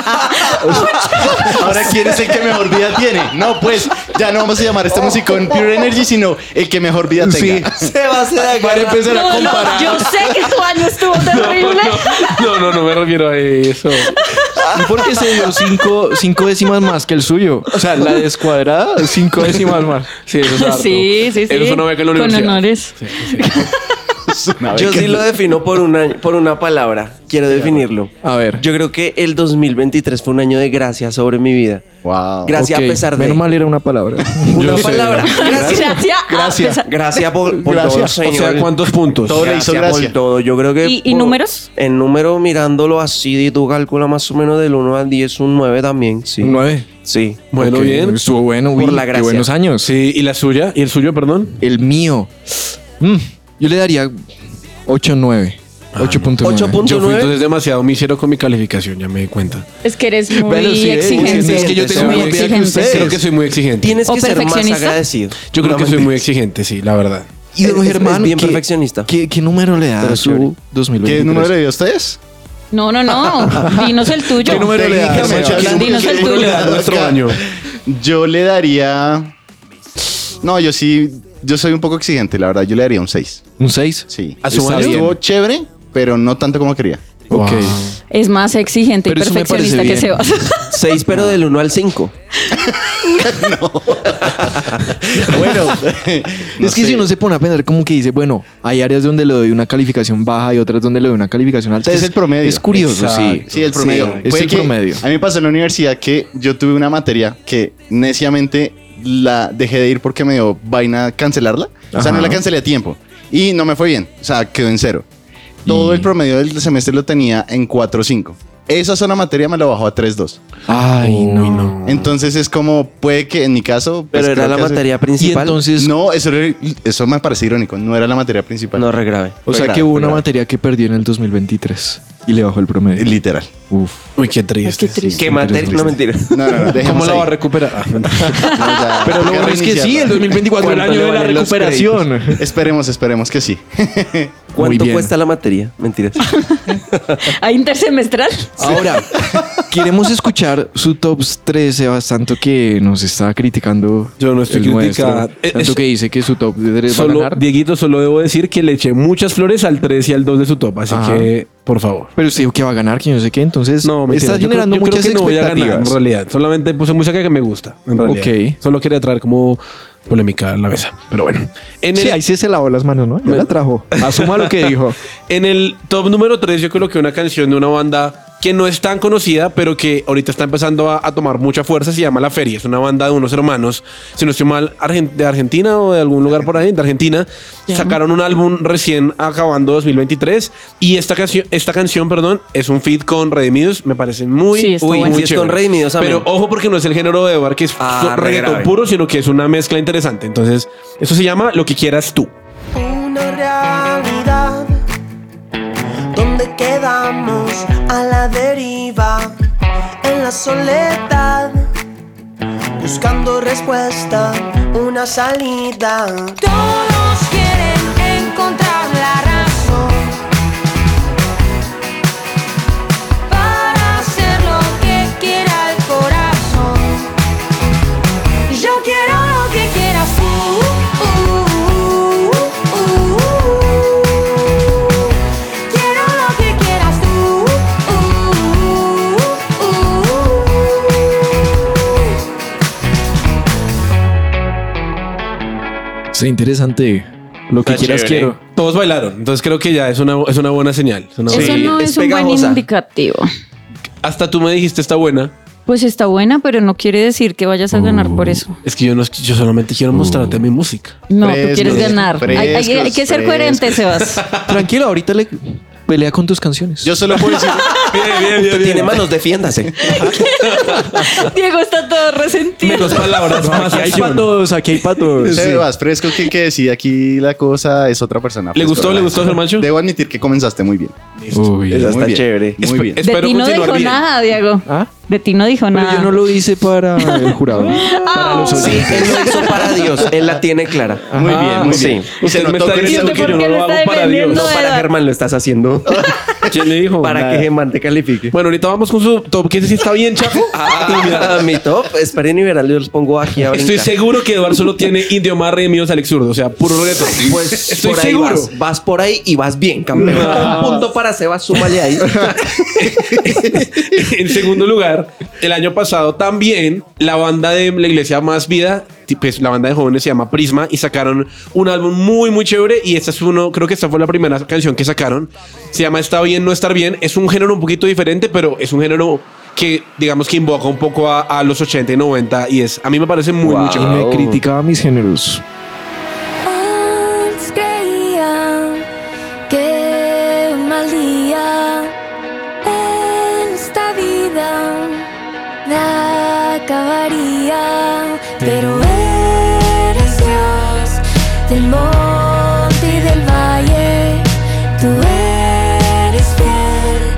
[SPEAKER 6] Ahora, ¿quién es el que mejor vida tiene? No, pues ya no vamos a llamar a este musicón Pure Energy, sino el que mejor vida tenga.
[SPEAKER 5] Sebas se da
[SPEAKER 6] Para empezar a
[SPEAKER 4] No, no,
[SPEAKER 6] comparar.
[SPEAKER 4] yo sé que tu año estuvo terrible.
[SPEAKER 3] No, no, no me refiero a eso.
[SPEAKER 2] ¿Y por qué se dio cinco, cinco décimas más que el suyo? O sea, la descuadrada, cinco décimas más.
[SPEAKER 3] Sí, eso es harto.
[SPEAKER 4] Sí, sí, sí.
[SPEAKER 3] Eso no ve que en la
[SPEAKER 4] Con
[SPEAKER 3] universidad.
[SPEAKER 4] honores.
[SPEAKER 3] Sí, sí, sí.
[SPEAKER 5] Yo sí lo defino por un año- por una palabra. Quiero definirlo.
[SPEAKER 2] A ver.
[SPEAKER 5] Yo creo que el 2023 fue un año de gracia sobre mi vida.
[SPEAKER 6] Wow.
[SPEAKER 5] Gracia a
[SPEAKER 2] Ok,
[SPEAKER 5] pesar de
[SPEAKER 2] Menos mal era una palabra.
[SPEAKER 5] una palabra. Gracias.
[SPEAKER 4] Gracias.
[SPEAKER 6] Gracias.
[SPEAKER 4] Ah,
[SPEAKER 5] Gracias por, por
[SPEAKER 6] Gracias.
[SPEAKER 5] todo,
[SPEAKER 6] O
[SPEAKER 3] O
[SPEAKER 5] señor.
[SPEAKER 3] sea, ¿cuántos puntos?
[SPEAKER 6] Todo le hizo
[SPEAKER 5] Gracias
[SPEAKER 6] gracia.
[SPEAKER 5] por todo. Yo creo que
[SPEAKER 4] ¿Y- y
[SPEAKER 5] por-
[SPEAKER 4] números?
[SPEAKER 5] En número mirándolo así, tú calcula más o menos del 1 al 10, un 9 también, sí.
[SPEAKER 2] Nueve.
[SPEAKER 5] Sí.
[SPEAKER 3] Bueno,
[SPEAKER 2] Ok,
[SPEAKER 3] bien.
[SPEAKER 2] Estuvo bueno,
[SPEAKER 5] Por
[SPEAKER 2] uy,
[SPEAKER 5] la
[SPEAKER 2] Qué
[SPEAKER 5] gracia.
[SPEAKER 2] buenos años.
[SPEAKER 3] Sí, y la suya, y el suyo, perdón.
[SPEAKER 2] El mío. Mm, yo le daría 8.9.
[SPEAKER 6] Ah,
[SPEAKER 2] 8.9.
[SPEAKER 5] Ocho punto-
[SPEAKER 3] Yo ¿eh? fui
[SPEAKER 5] nueve.
[SPEAKER 3] entonces demasiado misero con mi calificación, ya me di cuenta.
[SPEAKER 4] Es que eres muy
[SPEAKER 2] Bueno, sí, es-
[SPEAKER 4] exigente.
[SPEAKER 2] Es que yo tengo
[SPEAKER 5] Muy
[SPEAKER 2] más vida que
[SPEAKER 4] exigente.
[SPEAKER 2] ustedes.
[SPEAKER 3] Creo que soy muy exigente.
[SPEAKER 5] Tienes
[SPEAKER 4] ¿O
[SPEAKER 5] que ser más
[SPEAKER 4] perfeccionista?
[SPEAKER 5] agradecido.
[SPEAKER 3] Yo creo
[SPEAKER 5] No,
[SPEAKER 3] que soy
[SPEAKER 5] mentira.
[SPEAKER 3] muy exigente, sí, la verdad.
[SPEAKER 2] ¿Y don
[SPEAKER 5] Es- es-
[SPEAKER 2] Germán?
[SPEAKER 5] es bien
[SPEAKER 2] ¿qué-
[SPEAKER 5] perfeccionista.
[SPEAKER 2] ¿qué, qué número le da
[SPEAKER 5] Pero
[SPEAKER 2] a
[SPEAKER 5] su-
[SPEAKER 2] su 2023?
[SPEAKER 6] ¿Qué número le dio a ustedes?
[SPEAKER 4] No, no, no. Dinos el tuyo.
[SPEAKER 2] ¿Qué número le das?
[SPEAKER 6] Técnicamente,
[SPEAKER 2] Sebas?
[SPEAKER 6] hablando
[SPEAKER 4] Dinos
[SPEAKER 6] de
[SPEAKER 4] el
[SPEAKER 6] que
[SPEAKER 4] tuyo.
[SPEAKER 6] uno le da
[SPEAKER 3] Nuestro
[SPEAKER 6] acá,
[SPEAKER 3] año.
[SPEAKER 6] Yo le daría. No, yo sí. Yo soy un poco exigente, la verdad. Yo le daría un 6.
[SPEAKER 2] ¿Un 6?
[SPEAKER 6] Sí.
[SPEAKER 2] ¿A su
[SPEAKER 6] Está
[SPEAKER 2] año?
[SPEAKER 6] Estuvo chévere, pero no tanto como quería.
[SPEAKER 2] Ok.
[SPEAKER 4] Es más exigente y
[SPEAKER 2] Pero eso me parece
[SPEAKER 4] perfeccionista que
[SPEAKER 2] bien.
[SPEAKER 4] Sebas.
[SPEAKER 5] 6, pero del 1 al 5.
[SPEAKER 6] Bueno, no
[SPEAKER 2] es que
[SPEAKER 6] sé.
[SPEAKER 2] si uno se pone a pensar como que dice, bueno, hay áreas donde le doy una calificación baja y otras donde le doy una calificación alta.
[SPEAKER 6] Es el promedio.
[SPEAKER 2] Es curioso, sí.
[SPEAKER 6] Sí, el promedio.
[SPEAKER 2] es
[SPEAKER 6] Puede
[SPEAKER 2] el
[SPEAKER 6] que-
[SPEAKER 2] promedio.
[SPEAKER 6] A mí me pasó en la universidad que yo tuve una materia que neciamente la dejé de ir porque me dio vaina cancelarla. O sea, no la
[SPEAKER 2] Ajá.
[SPEAKER 6] cancelé a tiempo. Y no me fue bien. O sea, quedó en cero. Todo
[SPEAKER 2] Y-
[SPEAKER 6] el promedio del semestre lo tenía en 4.5. Esa sola materia me la bajó a 3.2.
[SPEAKER 2] Ay, no.
[SPEAKER 6] Entonces es como, puede que en mi caso... pues,
[SPEAKER 5] Ah. Pero era
[SPEAKER 6] creo
[SPEAKER 5] la
[SPEAKER 6] que hace-
[SPEAKER 5] materia
[SPEAKER 2] Y
[SPEAKER 5] principal.
[SPEAKER 2] entonces,
[SPEAKER 6] No, eso, era- eso me parece irónico. No era la materia principal.
[SPEAKER 5] No regrave.
[SPEAKER 2] o sea
[SPEAKER 6] grave,
[SPEAKER 2] que hubo
[SPEAKER 6] fue
[SPEAKER 2] una
[SPEAKER 6] grave.
[SPEAKER 2] materia que perdí en el 2023 y le bajó el promedio.
[SPEAKER 6] Literal.
[SPEAKER 2] Uf.
[SPEAKER 3] Uy, qué triste.
[SPEAKER 5] ¿Qué materia? No, mentira.
[SPEAKER 6] No, no, no.
[SPEAKER 3] ¿Cómo
[SPEAKER 6] dejemos
[SPEAKER 3] la va a
[SPEAKER 6] ahí.
[SPEAKER 3] recuperar?
[SPEAKER 6] No, ya,
[SPEAKER 2] Pero lo
[SPEAKER 6] ya
[SPEAKER 2] bueno es que
[SPEAKER 6] reiniciarla.
[SPEAKER 2] sí, el 2024 el
[SPEAKER 5] ¿Cuánto
[SPEAKER 2] año
[SPEAKER 5] le
[SPEAKER 2] de la
[SPEAKER 5] valen los
[SPEAKER 2] recuperación.
[SPEAKER 6] Esperemos, esperemos que sí.
[SPEAKER 5] ¿Cuánto
[SPEAKER 2] bien.
[SPEAKER 5] cuesta la materia? Mentiras.
[SPEAKER 4] ¿Hay intersemestral?
[SPEAKER 2] Ahora, queremos escuchar su top 13, tanto que nos está criticando.
[SPEAKER 3] Yo no estoy
[SPEAKER 2] el nuestro,
[SPEAKER 3] criticando. Eh,
[SPEAKER 2] Tanto
[SPEAKER 3] es-
[SPEAKER 2] que dice que su top 3 va a
[SPEAKER 3] Solo,
[SPEAKER 2] ganar.
[SPEAKER 3] Dieguito, solo debo decir que le eché muchas flores al 3 y al 2 de su top, así
[SPEAKER 2] Ajá.
[SPEAKER 3] que, por favor.
[SPEAKER 2] Pero usted dijo que va a ganar, que yo no sé qué. Entonces,
[SPEAKER 3] No,
[SPEAKER 2] me
[SPEAKER 3] mentira.
[SPEAKER 2] está
[SPEAKER 3] Yo creo-
[SPEAKER 2] generando
[SPEAKER 3] yo creo
[SPEAKER 2] muchas
[SPEAKER 3] que no voy a ganar,
[SPEAKER 2] expectativas.
[SPEAKER 3] en realidad, solamente puse música que me gusta. En realidad.
[SPEAKER 2] Ok.
[SPEAKER 3] Solo quería traer como polémica a la mesa. Pero bueno. En
[SPEAKER 2] sí,
[SPEAKER 3] el,
[SPEAKER 2] ahí sí se lavó las manos, ¿no? Ya la trajo. Asuma lo que dijo.
[SPEAKER 3] en el top número 3 yo coloqué una canción de una banda que no es tan conocida, pero que ahorita está empezando a, a tomar mucha fuerza. Se llama La Feria. Es una banda de unos hermanos, si no estoy mal, argen- de Argentina o de algún lugar por ahí, de Argentina. Sacaron un álbum recién acabando 2023. Y esta, canción esta canción, perdón, es un feed con Redimidos. Me parece muy,
[SPEAKER 4] Sí, está
[SPEAKER 3] uy,
[SPEAKER 4] bueno.
[SPEAKER 3] muy
[SPEAKER 5] Sí, es con
[SPEAKER 3] chévere.
[SPEAKER 5] Redimidos, amén.
[SPEAKER 3] Pero ojo porque no es el género de bar que es
[SPEAKER 5] Ah,
[SPEAKER 3] so-
[SPEAKER 5] re
[SPEAKER 3] reggaetón
[SPEAKER 5] grave.
[SPEAKER 3] puro, sino que es una mezcla interesante. Entonces, eso se llama Lo que quieras tú.
[SPEAKER 8] Una realidad donde quedamos a la deriva, en la soledad, buscando respuesta, una salida.
[SPEAKER 7] Todos quieren encontrar la razón para hacer lo que quiera uh, uh. uh, uh.
[SPEAKER 2] Está interesante. Lo que
[SPEAKER 5] Está
[SPEAKER 2] quieras
[SPEAKER 5] chévere.
[SPEAKER 2] quiero.
[SPEAKER 3] Todos bailaron, entonces creo que ya es una, es una buena señal. es una buena
[SPEAKER 4] Eso
[SPEAKER 3] señal.
[SPEAKER 4] no
[SPEAKER 5] es
[SPEAKER 4] es, un buen
[SPEAKER 5] pegajosa.
[SPEAKER 4] indicativo.
[SPEAKER 3] Hasta tú me dijiste está buena.
[SPEAKER 4] Pues está buena, pero no quiere decir que vayas a
[SPEAKER 2] Oh.
[SPEAKER 4] ganar por eso.
[SPEAKER 3] Es que yo, no, yo solamente quiero
[SPEAKER 5] Uh.
[SPEAKER 3] mostrarte mi música.
[SPEAKER 4] No,
[SPEAKER 6] Frescos,
[SPEAKER 4] tú quieres ganar. Hay- hay, hay
[SPEAKER 6] frescos,
[SPEAKER 4] que ser
[SPEAKER 6] frescos.
[SPEAKER 4] coherente, Sebas.
[SPEAKER 2] Tranquilo, ahorita le pelea con tus canciones.
[SPEAKER 6] Yo solo puedo decir.
[SPEAKER 5] Usted tiene manos, defiéndase.
[SPEAKER 4] Diego está todo resentido.
[SPEAKER 3] Menos palabras, más
[SPEAKER 2] aquí hay
[SPEAKER 3] acción.
[SPEAKER 2] patos, aquí hay patos.
[SPEAKER 6] Sebas, fresco que, que decide aquí la cosa es otra persona.
[SPEAKER 3] ¿Le
[SPEAKER 6] Fresco,
[SPEAKER 3] gustó? ¿Le
[SPEAKER 6] relax.
[SPEAKER 3] gustó, Germancho?
[SPEAKER 6] Debo admitir que comenzaste muy bien.
[SPEAKER 2] Uy.
[SPEAKER 6] Muy
[SPEAKER 5] Esa está
[SPEAKER 6] bien.
[SPEAKER 5] chévere.
[SPEAKER 6] Muy bien.
[SPEAKER 4] De ti no dijo nada, Diego.
[SPEAKER 2] ¿Ah?
[SPEAKER 4] De ti no dijo
[SPEAKER 2] Pero
[SPEAKER 4] nada. Ah.
[SPEAKER 2] yo no lo hice para el jurado. para los
[SPEAKER 5] Sí,
[SPEAKER 2] oyentes.
[SPEAKER 5] él lo hizo para Dios. Él la tiene clara.
[SPEAKER 6] Muy bien, muy
[SPEAKER 5] sí.
[SPEAKER 6] bien. Y se
[SPEAKER 3] Usted me
[SPEAKER 6] notó
[SPEAKER 3] está
[SPEAKER 6] que
[SPEAKER 3] diciendo
[SPEAKER 4] ¿Usted
[SPEAKER 3] que
[SPEAKER 4] por
[SPEAKER 3] yo
[SPEAKER 4] qué lo
[SPEAKER 3] no lo
[SPEAKER 4] está
[SPEAKER 3] hago para
[SPEAKER 4] defendiendo?
[SPEAKER 3] Dios.
[SPEAKER 5] No, para
[SPEAKER 4] Edad.
[SPEAKER 5] Germán lo estás haciendo.
[SPEAKER 3] ¿Quién le dijo?
[SPEAKER 5] Para que
[SPEAKER 3] Nada.
[SPEAKER 5] Germán te califique.
[SPEAKER 3] Bueno, ahorita vamos con su top. ¿Quién sí está bien, Chapo?
[SPEAKER 5] Ah, mi top. Esperen y verán, yo los pongo aquí a
[SPEAKER 3] Estoy
[SPEAKER 5] brincar.
[SPEAKER 3] seguro que Eduardo solo tiene Indio Marre y Míos Alex Zurdo. O sea, puro reto.
[SPEAKER 5] Pues
[SPEAKER 3] estoy
[SPEAKER 5] por ahí
[SPEAKER 3] seguro.
[SPEAKER 5] Vas, vas por ahí y vas bien, campeón. Un punto para Sebas, súmale ahí.
[SPEAKER 3] en segundo lugar, el año pasado también la banda de la iglesia Más Vida, ti- pues la banda de jóvenes se llama Prisma y sacaron un álbum muy muy chévere y esta es uno, creo que esta fue la primera canción que sacaron. Se llama Está bien no estar bien, es un género un poquito diferente, pero es un género que digamos que invoca un poco a, a los 80 y 90 y es a mí me parece muy muy
[SPEAKER 5] Wow.
[SPEAKER 3] chévere.
[SPEAKER 2] Me criticaba mis géneros.
[SPEAKER 7] Antes creía que un mal día en esta vida acabaría, pero eres Dios del monte y del valle, tú eres fiel,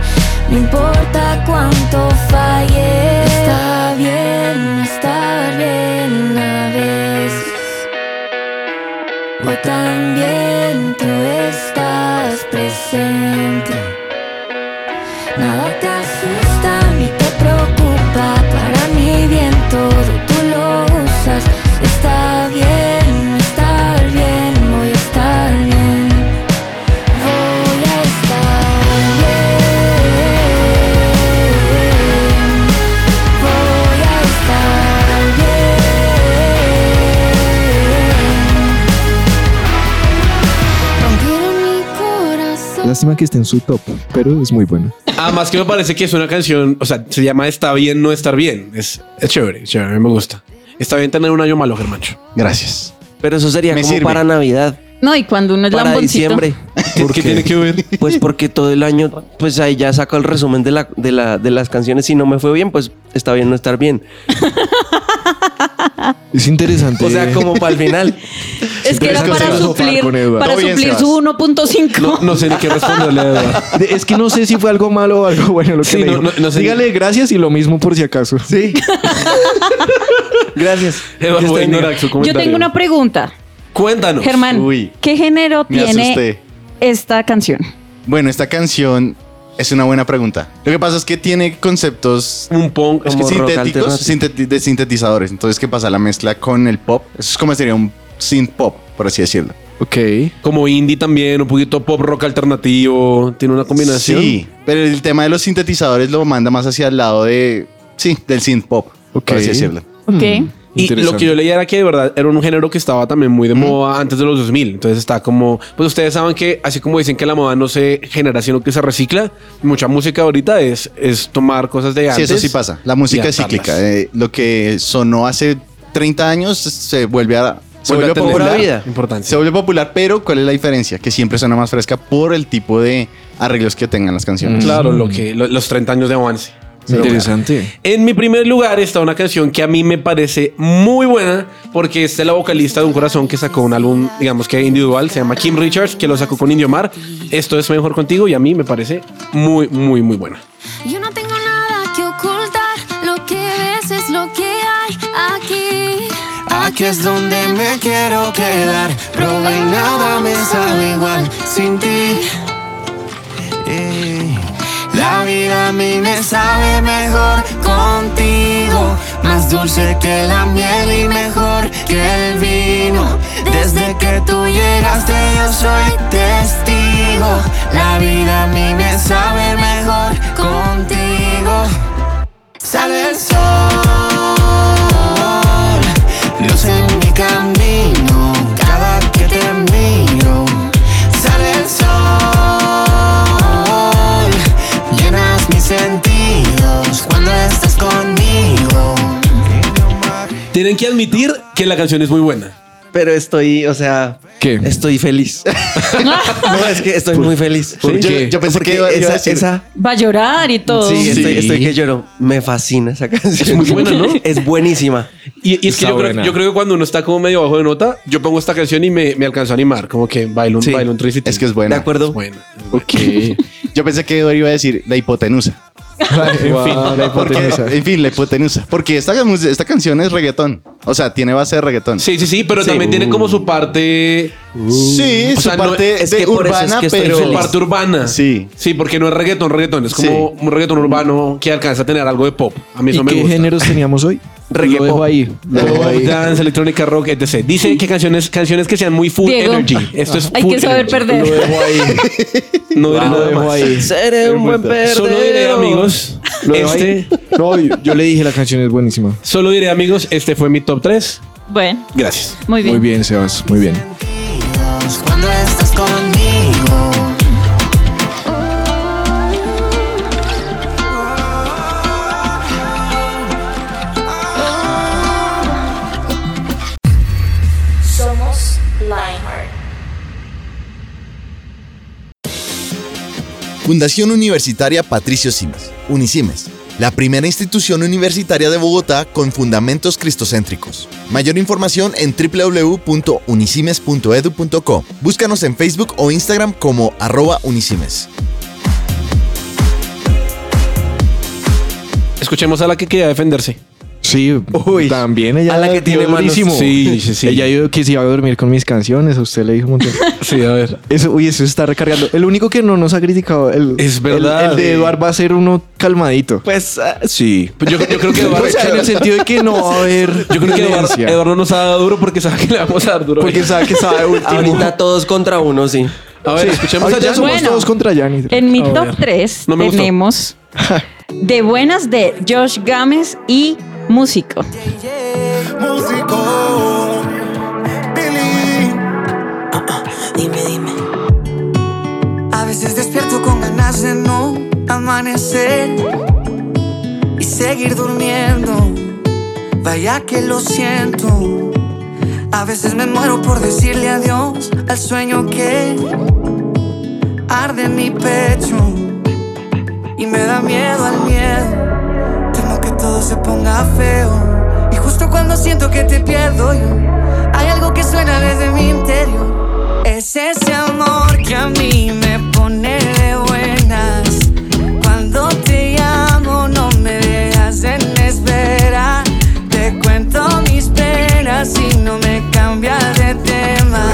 [SPEAKER 7] no importa cuánto falle, está bien, está bien a veces. O también tú estás presente. Nada te asusta ni te preocupa. Para mi bien todo tú lo usas. Está bien, estar bien, voy a estar bien. Voy a estar bien. Voy a estar bien. Rompieron mi corazón.
[SPEAKER 2] Lástima que esté en su top, pero es muy bueno.
[SPEAKER 3] Además que me parece que es una canción, o sea, se llama Está bien no estar bien. Es, es chévere, es chévere, a mí me gusta. Está bien tener un año malo, Germancho.
[SPEAKER 6] Gracias.
[SPEAKER 5] Pero eso sería
[SPEAKER 6] Me
[SPEAKER 5] como
[SPEAKER 6] sirve.
[SPEAKER 5] para Navidad,
[SPEAKER 4] No, y cuando uno es
[SPEAKER 5] para
[SPEAKER 4] lamboncito.
[SPEAKER 5] diciembre.
[SPEAKER 3] ¿Por qué tiene que ver?
[SPEAKER 5] Pues porque todo el año, pues ahí ya saco el resumen de, la, de, la, de las canciones. Si no me fue bien, pues está bien no estar bien.
[SPEAKER 2] Es interesante.
[SPEAKER 5] O sea, como para el final.
[SPEAKER 4] Es que era para
[SPEAKER 2] Siempre es que se va a
[SPEAKER 4] suplir,
[SPEAKER 2] sopar con Eduardo.
[SPEAKER 4] para
[SPEAKER 6] Todo bien,
[SPEAKER 4] suplir su 1.5.
[SPEAKER 6] Sebas.
[SPEAKER 3] No, no sé ni qué responderle a Eduardo.
[SPEAKER 2] De- Es que no sé si fue algo malo o algo bueno lo que
[SPEAKER 3] Sí,
[SPEAKER 2] le
[SPEAKER 3] no,
[SPEAKER 2] dijo.
[SPEAKER 3] no- no sé.
[SPEAKER 2] Dígale gracias y lo mismo por si acaso. Sí.
[SPEAKER 5] Gracias.
[SPEAKER 3] Eduardo, voy a ignorar su
[SPEAKER 4] Yo
[SPEAKER 3] comentario.
[SPEAKER 4] tengo una pregunta.
[SPEAKER 3] Cuéntanos.
[SPEAKER 4] Germán,
[SPEAKER 6] Uy,
[SPEAKER 4] ¿qué género
[SPEAKER 6] me
[SPEAKER 4] tiene
[SPEAKER 6] asusté.
[SPEAKER 4] esta canción?
[SPEAKER 6] Bueno, esta canción es una buena pregunta. Lo que pasa es que tiene conceptos
[SPEAKER 3] Un pong.
[SPEAKER 5] Es
[SPEAKER 6] Como
[SPEAKER 5] que rock
[SPEAKER 6] sintéticos,
[SPEAKER 5] alternativo.
[SPEAKER 6] sinteti- de sintetizadores. Entonces, ¿qué pasa? La mezcla con el pop. Eso es como sería un synth pop, por así decirlo.
[SPEAKER 2] Ok.
[SPEAKER 3] Como indie también, un poquito pop rock alternativo. Tiene una combinación.
[SPEAKER 6] Sí, pero el tema de los sintetizadores lo manda más hacia el lado de. Sí, del synth pop,
[SPEAKER 2] Ok.
[SPEAKER 6] por así decirlo.
[SPEAKER 3] Mm.
[SPEAKER 4] ¿Ok?
[SPEAKER 3] Y lo que yo leía era que de verdad era un género que estaba también muy de moda antes de los 2000. Entonces está como, pues ustedes saben que así como dicen que la moda no se genera, sino que se recicla, mucha música ahorita es, es tomar cosas de
[SPEAKER 6] Sí,
[SPEAKER 3] antes.
[SPEAKER 6] eso sí pasa. La música
[SPEAKER 3] y
[SPEAKER 6] es cíclica.
[SPEAKER 3] adaptarlas.
[SPEAKER 6] Eh, lo que sonó hace 30 años se vuelve a. Se
[SPEAKER 3] Vuelve
[SPEAKER 6] vuelve,
[SPEAKER 3] a tener
[SPEAKER 6] popular,
[SPEAKER 5] vida.
[SPEAKER 3] Importante.
[SPEAKER 6] se vuelve popular, pero ¿cuál es la diferencia? Que siempre suena más fresca por el tipo de arreglos que tengan las canciones.
[SPEAKER 3] Claro, lo que, lo- los 30 años de avance.
[SPEAKER 2] Interesante.
[SPEAKER 3] En mi primer lugar está una canción que a mí me parece muy buena porque esta es la vocalista de Un Corazón que sacó un álbum, digamos que individual, se llama Kim Richards, que lo sacó con Indio Mar. Esto es Mejor Contigo y a mí me parece muy, muy, muy buena.
[SPEAKER 7] Yo no tengo nada que ocultar. Lo que ves es lo que hay aquí.
[SPEAKER 8] Aquí es donde me quiero quedar. Roba y nada me sabe igual sin ti. Eh, La vida a mí me sabe mejor contigo. Más dulce que la miel y mejor que el vino. Desde que tú llegaste yo soy testigo. La vida a mí me sabe mejor contigo. Sale el sol. Luz en mi camino, cada
[SPEAKER 3] Tienen que admitir que la canción es muy buena.
[SPEAKER 5] Pero estoy, o sea,
[SPEAKER 3] ¿Qué?
[SPEAKER 5] estoy feliz. no, es que estoy muy feliz.
[SPEAKER 3] ¿Por
[SPEAKER 6] Yo,
[SPEAKER 3] qué?
[SPEAKER 6] yo pensé
[SPEAKER 5] Porque
[SPEAKER 6] que iba, iba
[SPEAKER 5] esa,
[SPEAKER 6] a decir.
[SPEAKER 5] esa-
[SPEAKER 4] Va a llorar y todo.
[SPEAKER 5] sí,
[SPEAKER 3] Oh. Sí.
[SPEAKER 5] Estoy, estoy que lloro. Me fascina esa canción.
[SPEAKER 3] Es muy buena, ¿no?
[SPEAKER 5] Es buenísima.
[SPEAKER 3] Y, y es que
[SPEAKER 2] Está
[SPEAKER 3] yo creo,
[SPEAKER 2] buena.
[SPEAKER 3] yo creo que cuando uno está como medio bajo de nota, yo pongo esta canción y me, me alcanzo a animar. Como que bailo un,
[SPEAKER 5] Sí.
[SPEAKER 3] bailo un tricity.
[SPEAKER 6] Es que es
[SPEAKER 5] ¿De
[SPEAKER 6] buena.
[SPEAKER 5] acuerdo?
[SPEAKER 3] Bueno.
[SPEAKER 2] Ok.
[SPEAKER 6] Yo pensé que iba a decir la hipotenusa.
[SPEAKER 2] en fin, la
[SPEAKER 6] Porque- en fin, la hipotenusa. Porque esta, mus- esta canción es reggaetón. O sea, tiene base de reggaetón.
[SPEAKER 3] Sí, sí, sí, pero también tiene como su parte,
[SPEAKER 6] Sí,
[SPEAKER 3] O
[SPEAKER 6] su
[SPEAKER 3] sea, no-
[SPEAKER 6] parte
[SPEAKER 5] es
[SPEAKER 6] de
[SPEAKER 5] que por eso es
[SPEAKER 6] urbana,
[SPEAKER 5] que estoy
[SPEAKER 6] pero.
[SPEAKER 3] su parte urbana.
[SPEAKER 6] Sí.
[SPEAKER 3] Sí, porque no es reggaetón, reggaetón. Es como un reggaetón urbano que alcanza a tener algo de pop. A mí
[SPEAKER 2] ¿Y
[SPEAKER 3] eso me
[SPEAKER 2] qué
[SPEAKER 3] gusta.
[SPEAKER 2] géneros teníamos hoy?
[SPEAKER 3] Reggae
[SPEAKER 2] lo dejo
[SPEAKER 3] pop.
[SPEAKER 2] ahí. Lo dejo
[SPEAKER 3] Pop,
[SPEAKER 2] ahí.
[SPEAKER 3] dance, electrónica, rock, etc. Dice que canciones, canciones que sean muy full
[SPEAKER 4] Diego. Ah.
[SPEAKER 3] energy. Esto es
[SPEAKER 4] Hay
[SPEAKER 3] full
[SPEAKER 4] que saber
[SPEAKER 3] energy.
[SPEAKER 2] Lo
[SPEAKER 4] perder.
[SPEAKER 2] dejo ahí.
[SPEAKER 3] No diré
[SPEAKER 2] Lo
[SPEAKER 3] Ah, nada
[SPEAKER 2] dejo
[SPEAKER 3] más.
[SPEAKER 2] ahí.
[SPEAKER 5] Seré un buen perdedor.
[SPEAKER 3] Solo diré, amigos.
[SPEAKER 2] Lo dejo
[SPEAKER 3] Este,
[SPEAKER 2] ahí. No, yo, yo le dije la canción es buenísima.
[SPEAKER 3] solo diré, amigos, este fue mi top 3.
[SPEAKER 4] Bueno,
[SPEAKER 3] Gracias.
[SPEAKER 4] muy bien.
[SPEAKER 2] Muy bien, Sebas. Muy bien.
[SPEAKER 8] Cuando estás conmigo.
[SPEAKER 9] Somos Lionheart.
[SPEAKER 10] Fundación Universitaria Patricio Simes, Unisimes, la primera institución universitaria de Bogotá con fundamentos cristocéntricos. Mayor información en www.unisimes.edu.co. Búscanos en Facebook o Instagram como arroba unisimes.
[SPEAKER 3] Escuchemos a la que queda defenderse.
[SPEAKER 2] Sí,
[SPEAKER 5] Uy,
[SPEAKER 2] también ella
[SPEAKER 5] a la que
[SPEAKER 2] dio
[SPEAKER 5] tiene manos.
[SPEAKER 2] durísimo.
[SPEAKER 3] Sí, sí, sí.
[SPEAKER 2] Ella dijo que si iba a dormir con mis canciones, a usted le dijo un montón.
[SPEAKER 3] Sí, a ver.
[SPEAKER 2] Eso, uy, eso está recargando. El único que no nos ha criticado, el,
[SPEAKER 3] Es verdad,
[SPEAKER 2] el, el de
[SPEAKER 3] sí.
[SPEAKER 2] Eduard va a ser uno calmadito.
[SPEAKER 5] Pues ah,
[SPEAKER 2] Sí.
[SPEAKER 3] Yo, yo creo que Eduardo,
[SPEAKER 2] O sea, en el sentido de que no va a haber.
[SPEAKER 3] yo creo que Eduardo-
[SPEAKER 2] violencia.
[SPEAKER 3] Eduardo nos ha dado duro porque sabe que le vamos a dar duro.
[SPEAKER 2] Porque sabe que sabe último.
[SPEAKER 5] ahorita todos contra uno, sí.
[SPEAKER 3] a ver, escuchemos a
[SPEAKER 2] Ahorita
[SPEAKER 3] Jazz.
[SPEAKER 2] somos
[SPEAKER 4] Bueno.
[SPEAKER 2] todos contra Janis.
[SPEAKER 4] En mi
[SPEAKER 3] A
[SPEAKER 4] top
[SPEAKER 3] ver.
[SPEAKER 4] 3
[SPEAKER 3] No me gustó.
[SPEAKER 4] tenemos De Buenas de Josh Gámez y Músico.
[SPEAKER 8] Músico. Billy.
[SPEAKER 11] Dime, dime. A veces despierto con ganas de no amanecer y seguir durmiendo. Vaya que lo siento. A veces me muero por decirle adiós al sueño que arde en mi pecho y me da miedo al miedo. Temo que todo se ponga feo y justo cuando siento que te pierdo yo, hay algo que suena desde mi interior. Es ese amor que a mí me pone de buenas. Cuando te llamo no me dejas en espera. Te cuento mis penas y no me cambias de tema.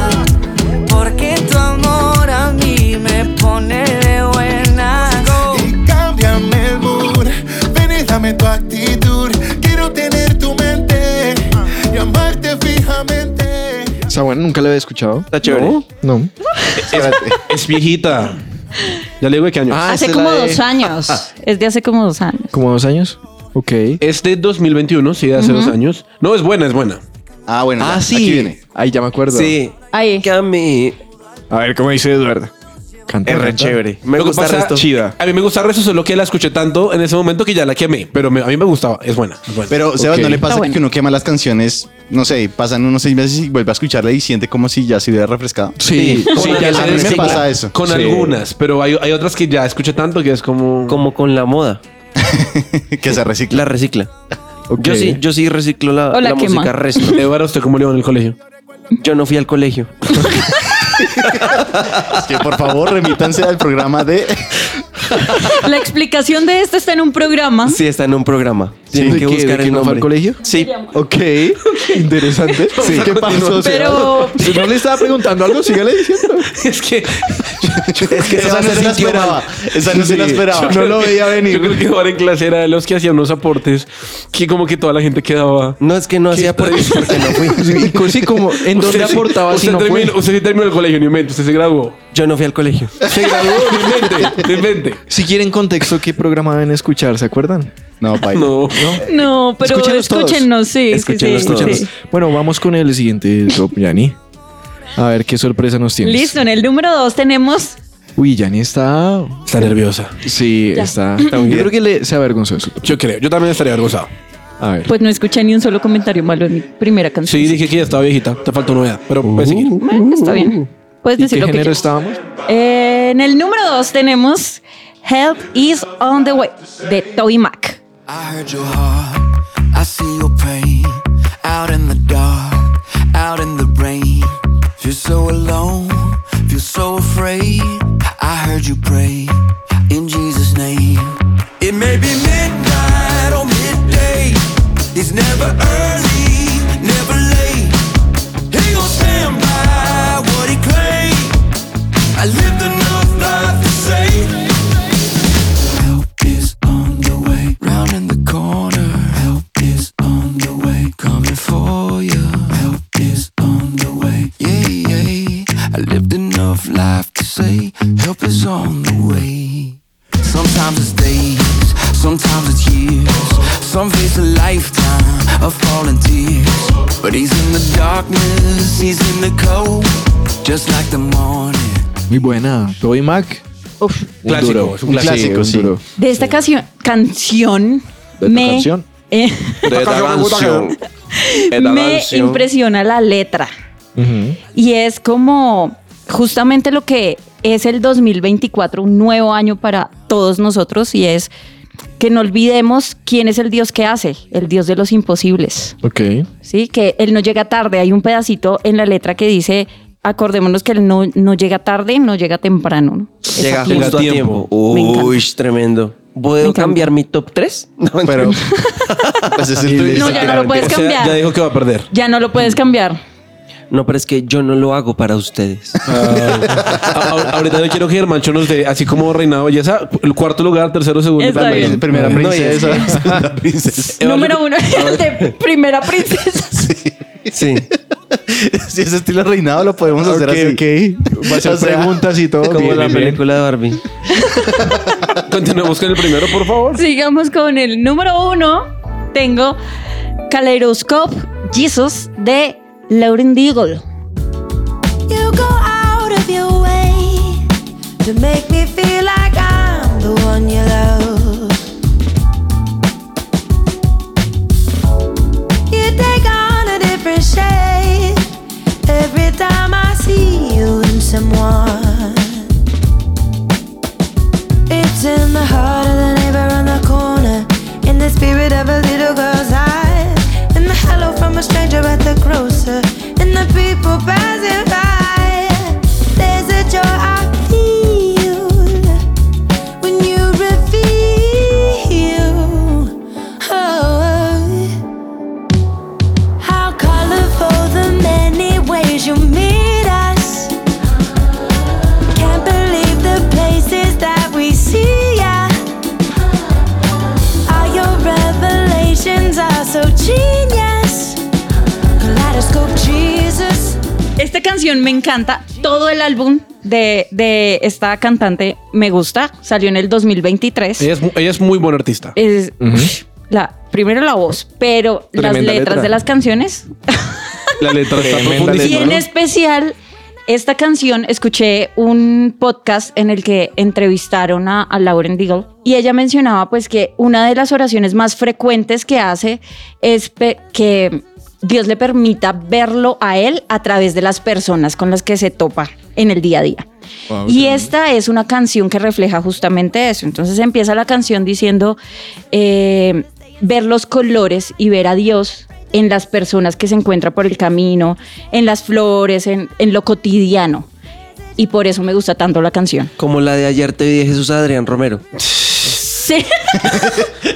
[SPEAKER 11] Porque tu amor a mí me pone de buenas.
[SPEAKER 8] Y cámbiame el mood Ven y dame tu actitud Quiero tener tu mente Y amarte fijamente
[SPEAKER 2] Esa buena nunca la había escuchado.
[SPEAKER 3] Está chévere.
[SPEAKER 2] No.
[SPEAKER 3] Es viejita. Ya le digo de qué año.
[SPEAKER 2] Ah,
[SPEAKER 4] Hace
[SPEAKER 2] esa
[SPEAKER 4] como
[SPEAKER 2] es la de-
[SPEAKER 4] dos años. Es de hace como dos años.
[SPEAKER 2] Como dos años. Ok.
[SPEAKER 3] Es de 2021, sí, de hace dos años. No, es buena, es buena.
[SPEAKER 6] Ah, bueno. ya,
[SPEAKER 2] Ah, sí.
[SPEAKER 6] Aquí viene.
[SPEAKER 2] Ahí ya me acuerdo.
[SPEAKER 5] Sí.
[SPEAKER 4] Ahí.
[SPEAKER 5] Que a mí
[SPEAKER 2] A ver cómo dice Eduardo. Canta.
[SPEAKER 5] es re
[SPEAKER 2] canta.
[SPEAKER 5] chévere. Me
[SPEAKER 3] Lo que
[SPEAKER 5] gusta
[SPEAKER 3] pasa-
[SPEAKER 5] esto.
[SPEAKER 2] Chida.
[SPEAKER 3] A mí me gusta el resto, solo que la escuché tanto en ese momento que ya la quemé. Pero me- a mí me gustaba. Es buena. Es buena.
[SPEAKER 6] Pero, Sebas,
[SPEAKER 2] Ok.
[SPEAKER 6] ¿no le
[SPEAKER 4] Está
[SPEAKER 6] pasa
[SPEAKER 4] bueno.
[SPEAKER 6] que uno quema las canciones, no sé, pasan unos seis meses y vuelve a escucharla y siente como si ya se hubiera refrescado?
[SPEAKER 2] Sí.
[SPEAKER 3] Con
[SPEAKER 6] sí, ya
[SPEAKER 3] algunas-
[SPEAKER 6] sé, a mí me
[SPEAKER 3] sí,
[SPEAKER 6] pasa
[SPEAKER 3] con-
[SPEAKER 6] eso.
[SPEAKER 3] Con
[SPEAKER 2] Sí.
[SPEAKER 3] algunas, pero hay, hay otras que ya escuché tanto que es como.
[SPEAKER 5] Como con la moda.
[SPEAKER 6] que se recicla.
[SPEAKER 5] La recicla.
[SPEAKER 2] Ok.
[SPEAKER 5] Yo sí, yo sí reciclo la,
[SPEAKER 4] O la
[SPEAKER 5] la
[SPEAKER 4] quema.
[SPEAKER 5] música resto.
[SPEAKER 3] Eduardo, ¿usted cómo le va en el colegio?
[SPEAKER 5] Yo no fui al colegio.
[SPEAKER 6] Es que por favor remítanse al programa de.
[SPEAKER 4] La explicación de esto está en un programa.
[SPEAKER 5] Sí, está en un programa. Tienen
[SPEAKER 6] ¿De
[SPEAKER 5] que
[SPEAKER 6] qué?
[SPEAKER 5] buscar
[SPEAKER 6] ¿De
[SPEAKER 5] el
[SPEAKER 6] que no fue
[SPEAKER 5] nombre.
[SPEAKER 6] al colegio?
[SPEAKER 5] Sí.
[SPEAKER 6] Ok, interesante. ¿Qué pasó?
[SPEAKER 4] Pero-
[SPEAKER 6] Sebas? Si no le estaba preguntando algo, sígale diciendo.
[SPEAKER 3] es que.
[SPEAKER 6] Es que esa
[SPEAKER 5] Sebas
[SPEAKER 6] no
[SPEAKER 5] se
[SPEAKER 6] se la
[SPEAKER 5] sintió
[SPEAKER 6] esperaba. Esa no se la
[SPEAKER 2] Sí,
[SPEAKER 6] esperaba. No lo veía
[SPEAKER 3] Yo creo
[SPEAKER 6] venir.
[SPEAKER 3] que Eduardo en clase era de los que hacían unos aportes que, como que toda la gente quedaba.
[SPEAKER 5] No es que no hacía por porque no fui.
[SPEAKER 2] Sí, co- sí, como en dónde
[SPEAKER 3] Usted sí-
[SPEAKER 2] aportaba si
[SPEAKER 3] usted
[SPEAKER 2] no fue.
[SPEAKER 3] terminó- Usted sí terminó el colegio, ni mente. Usted se graduó.
[SPEAKER 5] Yo no fui al colegio.
[SPEAKER 3] Se graduó, ni mente. Ni mente.
[SPEAKER 2] Si quieren contexto, ¿qué programa deben escuchar? ¿Se acuerdan?
[SPEAKER 6] No, paila.
[SPEAKER 3] No.
[SPEAKER 4] No, pero
[SPEAKER 2] Escúchenlos todos.
[SPEAKER 4] escúchenos, sí, sí, sí,
[SPEAKER 5] Escúchenlos todos.
[SPEAKER 4] sí.
[SPEAKER 2] Bueno, vamos con el siguiente top, Yani. A ver qué sorpresa nos tienes.
[SPEAKER 4] Listo, en el número dos tenemos.
[SPEAKER 2] Uy, Yani está.
[SPEAKER 3] Está nerviosa.
[SPEAKER 2] Sí, está. Yo creo que le se avergonzó de su top.
[SPEAKER 3] Yo creo. Yo también estaría avergonzado. A ver.
[SPEAKER 4] Pues no escuché ni un solo comentario malo en mi primera canción.
[SPEAKER 3] Sí, dije que ya estaba viejita. Te falta una edad, pero puedes seguir.
[SPEAKER 4] Bueno, pues está bien. Puedes
[SPEAKER 2] Uh. ¿Y
[SPEAKER 4] decir
[SPEAKER 2] qué
[SPEAKER 4] lo que
[SPEAKER 2] género
[SPEAKER 4] quieras.
[SPEAKER 2] estábamos?
[SPEAKER 4] Eh, En el número 2 tenemos Help is on the way de Toby Mac.
[SPEAKER 8] I heard your heart, I see your pain out in the dark, out in the rain. Feel so alone, feel so afraid. I heard you pray in Jesus' name. It may be midnight or midday, it's never early, never late. He gon' stand by what he claimed. I lived enough life to say. Help is on the way, round in the corner. Help is on the way, coming for you. Help is on the way, yeah, yeah. I lived enough life to say, help is on the way. Sometimes it's days, sometimes it's years. Some face a lifetime of falling tears. But he's in the darkness, he's in the cold, just like the morning.
[SPEAKER 2] Muy buena. Toby Mac.
[SPEAKER 4] Uf.
[SPEAKER 3] Un Clásico,
[SPEAKER 2] duro.
[SPEAKER 3] es un clásico.
[SPEAKER 2] Sí, un
[SPEAKER 6] sí.
[SPEAKER 2] duro.
[SPEAKER 4] De esta casio- canción
[SPEAKER 2] ¿De esta
[SPEAKER 4] me,
[SPEAKER 2] canción?
[SPEAKER 4] eh,
[SPEAKER 5] De la canción. De la
[SPEAKER 4] me
[SPEAKER 5] canción.
[SPEAKER 4] impresiona la letra. Y es como justamente lo que es el 2024, un nuevo año para todos nosotros y es que no olvidemos quién es el Dios que hace, el Dios de los imposibles.
[SPEAKER 2] Ok.
[SPEAKER 4] ¿sí? Que él no llega tarde. Hay un pedacito en la letra que dice, acordémonos que él no, no llega tarde, no llega temprano. ¿no? Es
[SPEAKER 5] Llega
[SPEAKER 4] a tiempo.
[SPEAKER 5] justo a tiempo.
[SPEAKER 4] Me encanta.
[SPEAKER 5] Uy, tremendo.
[SPEAKER 4] Me
[SPEAKER 5] ¿Puedo
[SPEAKER 4] encanta.
[SPEAKER 5] cambiar mi top 3? No,
[SPEAKER 6] Pero. pues es el tuyo.
[SPEAKER 4] No, ya no lo puedes
[SPEAKER 3] O sea,
[SPEAKER 4] cambiar.
[SPEAKER 3] ya dijo que va a perder.
[SPEAKER 4] Ya no lo puedes cambiar.
[SPEAKER 5] no, pero es que yo no lo hago para ustedes.
[SPEAKER 3] Ah, ahor- ahorita yo quiero que Germancho nos dé, así como Reinado Belleza, el cuarto lugar, tercero, segundo. y
[SPEAKER 4] Está
[SPEAKER 3] primero.
[SPEAKER 4] bien.
[SPEAKER 6] Primera
[SPEAKER 3] No, y-
[SPEAKER 6] princesa. segunda princesa.
[SPEAKER 3] Eva,
[SPEAKER 4] Número
[SPEAKER 3] yo-
[SPEAKER 4] uno, el de primera princesa.
[SPEAKER 5] Sí.
[SPEAKER 6] Si es estilo reinado, lo podemos hacer
[SPEAKER 2] Ok,
[SPEAKER 6] así.
[SPEAKER 2] ok. Va a ser
[SPEAKER 6] O sea,
[SPEAKER 2] preguntas y todo.
[SPEAKER 5] Como
[SPEAKER 2] Bien,
[SPEAKER 5] la
[SPEAKER 2] bien, bien.
[SPEAKER 5] película de Barbie.
[SPEAKER 3] Continuemos con el primero, por favor.
[SPEAKER 4] Sigamos con el número uno. Tengo Kaleidoscope Jesus de Lauren Deagle.
[SPEAKER 12] You go out of your way to make me feel like I'm the one you love. You take on a different shape every time I see you in someone. It's in the heart of the neighbor on the corner, in the spirit of a little girl's eyes, in the hello from a stranger at the grocer, in the people passing by. There's a joy I feel when you reveal. Oh, how colorful the many ways you meet us. Can't believe the places that we see ya. All your revelations are so genius. Kaleidoscope Jesus.
[SPEAKER 4] Esta canción me encanta. Todo el álbum de, de esta cantante me gusta. Salió en el 2023.
[SPEAKER 3] Ella es, mu- ella es muy buena artista.
[SPEAKER 4] es la primero la voz, pero las
[SPEAKER 3] Tremenda
[SPEAKER 4] letras
[SPEAKER 3] letra.
[SPEAKER 4] de las canciones
[SPEAKER 3] La letra está
[SPEAKER 2] Tremenda
[SPEAKER 4] y
[SPEAKER 3] profundísima.
[SPEAKER 4] en
[SPEAKER 3] ¿no?
[SPEAKER 4] especial esta canción escuché un podcast en el que entrevistaron a, a Lauren Deagle y ella mencionaba pues que una de las oraciones más frecuentes que hace es pe- que Dios le permita verlo a él a través de las personas con las que se topa en el día a día. Y esta es una canción que refleja justamente eso. Entonces empieza la canción diciendo eh, ver los colores y ver a Dios en las personas que se encuentra por el camino, en las flores, en, en lo cotidiano. Y por eso me gusta tanto la canción.
[SPEAKER 5] Como la de ayer te vi de Jesús Adrián Romero.
[SPEAKER 4] Sí.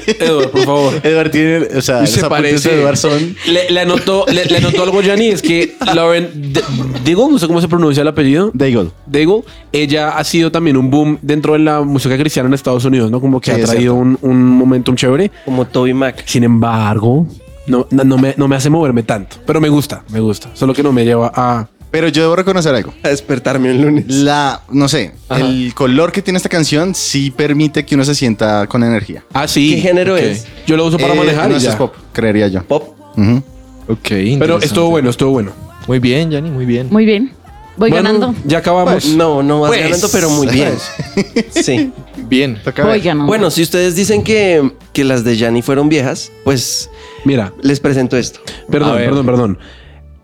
[SPEAKER 3] Eduardo, por favor.
[SPEAKER 6] Edward tiene. O sea, los apuntes de Edward son.
[SPEAKER 3] Le, le anotó, le, le anotó algo, Yanni, es que Lauren D- Daigle, no sé cómo se pronuncia el apellido.
[SPEAKER 6] Daigle.
[SPEAKER 3] Daigle, ella ha sido también un boom dentro de la música cristiana en Estados Unidos, ¿no? Como que
[SPEAKER 6] Sí,
[SPEAKER 3] ha
[SPEAKER 6] es
[SPEAKER 3] traído un, un momentum chévere.
[SPEAKER 5] Como Toby Mac.
[SPEAKER 3] Sin embargo, no, no, no me, no me hace moverme tanto. Pero me gusta, me gusta. Solo que no me lleva a...
[SPEAKER 6] Pero yo debo reconocer algo.
[SPEAKER 5] A despertarme un lunes.
[SPEAKER 6] La, no sé, el color que tiene esta canción sí permite que uno se sienta con energía.
[SPEAKER 3] Ah, sí.
[SPEAKER 5] ¿Qué género
[SPEAKER 3] Ok.
[SPEAKER 5] es?
[SPEAKER 3] Yo lo uso para
[SPEAKER 6] Eh,
[SPEAKER 3] manejar
[SPEAKER 6] no
[SPEAKER 3] y
[SPEAKER 6] sé,
[SPEAKER 3] ya.
[SPEAKER 6] es pop, creería yo.
[SPEAKER 5] Pop.
[SPEAKER 6] Ujú.
[SPEAKER 2] Ok.
[SPEAKER 3] Pero
[SPEAKER 2] interesante.
[SPEAKER 3] estuvo bueno, estuvo bueno.
[SPEAKER 2] Muy bien, Yanni, muy bien.
[SPEAKER 4] Muy bien. Voy
[SPEAKER 3] Bueno,
[SPEAKER 4] ganando.
[SPEAKER 3] Ya acabamos.
[SPEAKER 5] Pues, no, no vas ganando, pero muy bien. Sí.
[SPEAKER 2] Bien.
[SPEAKER 4] Voy ganando.
[SPEAKER 5] Bueno, si ustedes dicen que, que las de Yanni fueron viejas, pues
[SPEAKER 3] Mira,
[SPEAKER 5] les presento esto.
[SPEAKER 3] perdón, perdón, perdón.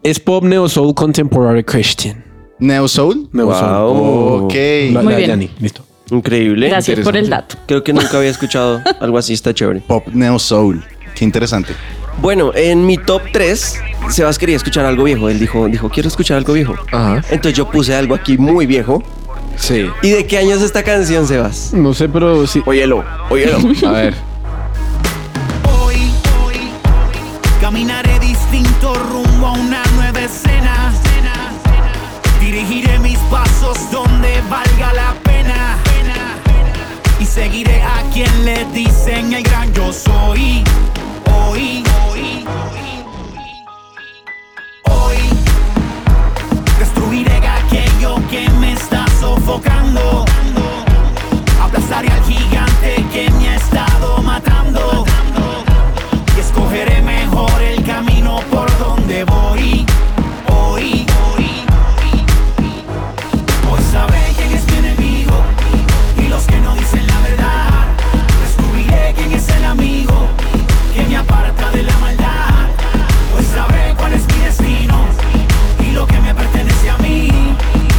[SPEAKER 3] Es pop neo soul contemporary Christian.
[SPEAKER 6] Neo Soul.
[SPEAKER 3] Neo soul.
[SPEAKER 5] Wow.
[SPEAKER 6] Ok.
[SPEAKER 3] La,
[SPEAKER 4] Muy
[SPEAKER 3] la de
[SPEAKER 4] bien.
[SPEAKER 3] Yanni, listo.
[SPEAKER 5] Increíble.
[SPEAKER 4] Gracias por el dato.
[SPEAKER 5] Creo que nunca había escuchado algo así, está chévere.
[SPEAKER 6] Pop Neo Soul. Qué interesante.
[SPEAKER 5] Bueno, en mi top 3, Sebas quería escuchar algo viejo. Él dijo, dijo, quiero escuchar algo viejo.
[SPEAKER 2] Ajá.
[SPEAKER 5] Entonces yo puse algo aquí muy viejo.
[SPEAKER 2] Sí.
[SPEAKER 5] ¿Y de qué año es esta canción, Sebas?
[SPEAKER 3] No sé, pero sí.
[SPEAKER 5] Óyelo, óyelo.
[SPEAKER 2] A ver.
[SPEAKER 8] Hoy, hoy, caminaré distinto rumbo a una nueva escena. Dirigiré mis pasos donde valga la pena. Y seguiré a quien le dicen el gran yo soy. Hoy, hoy, hoy. Destruiré aquello que me está sofocando. Aplazaré al gigante que me ha estado matando. Y escogeré mejor el camino por donde voy. Hoy, hoy, hoy sabré quién es mi enemigo y los que no dicen la verdad. Descubriré quién es el amigo que me aparta de la maldad. Hoy sabré cuál es mi destino y lo que me pertenece a mí.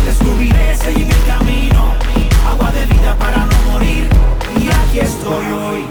[SPEAKER 8] Descubriré seguir el camino, agua de vida para no morir. Y aquí estoy hoy.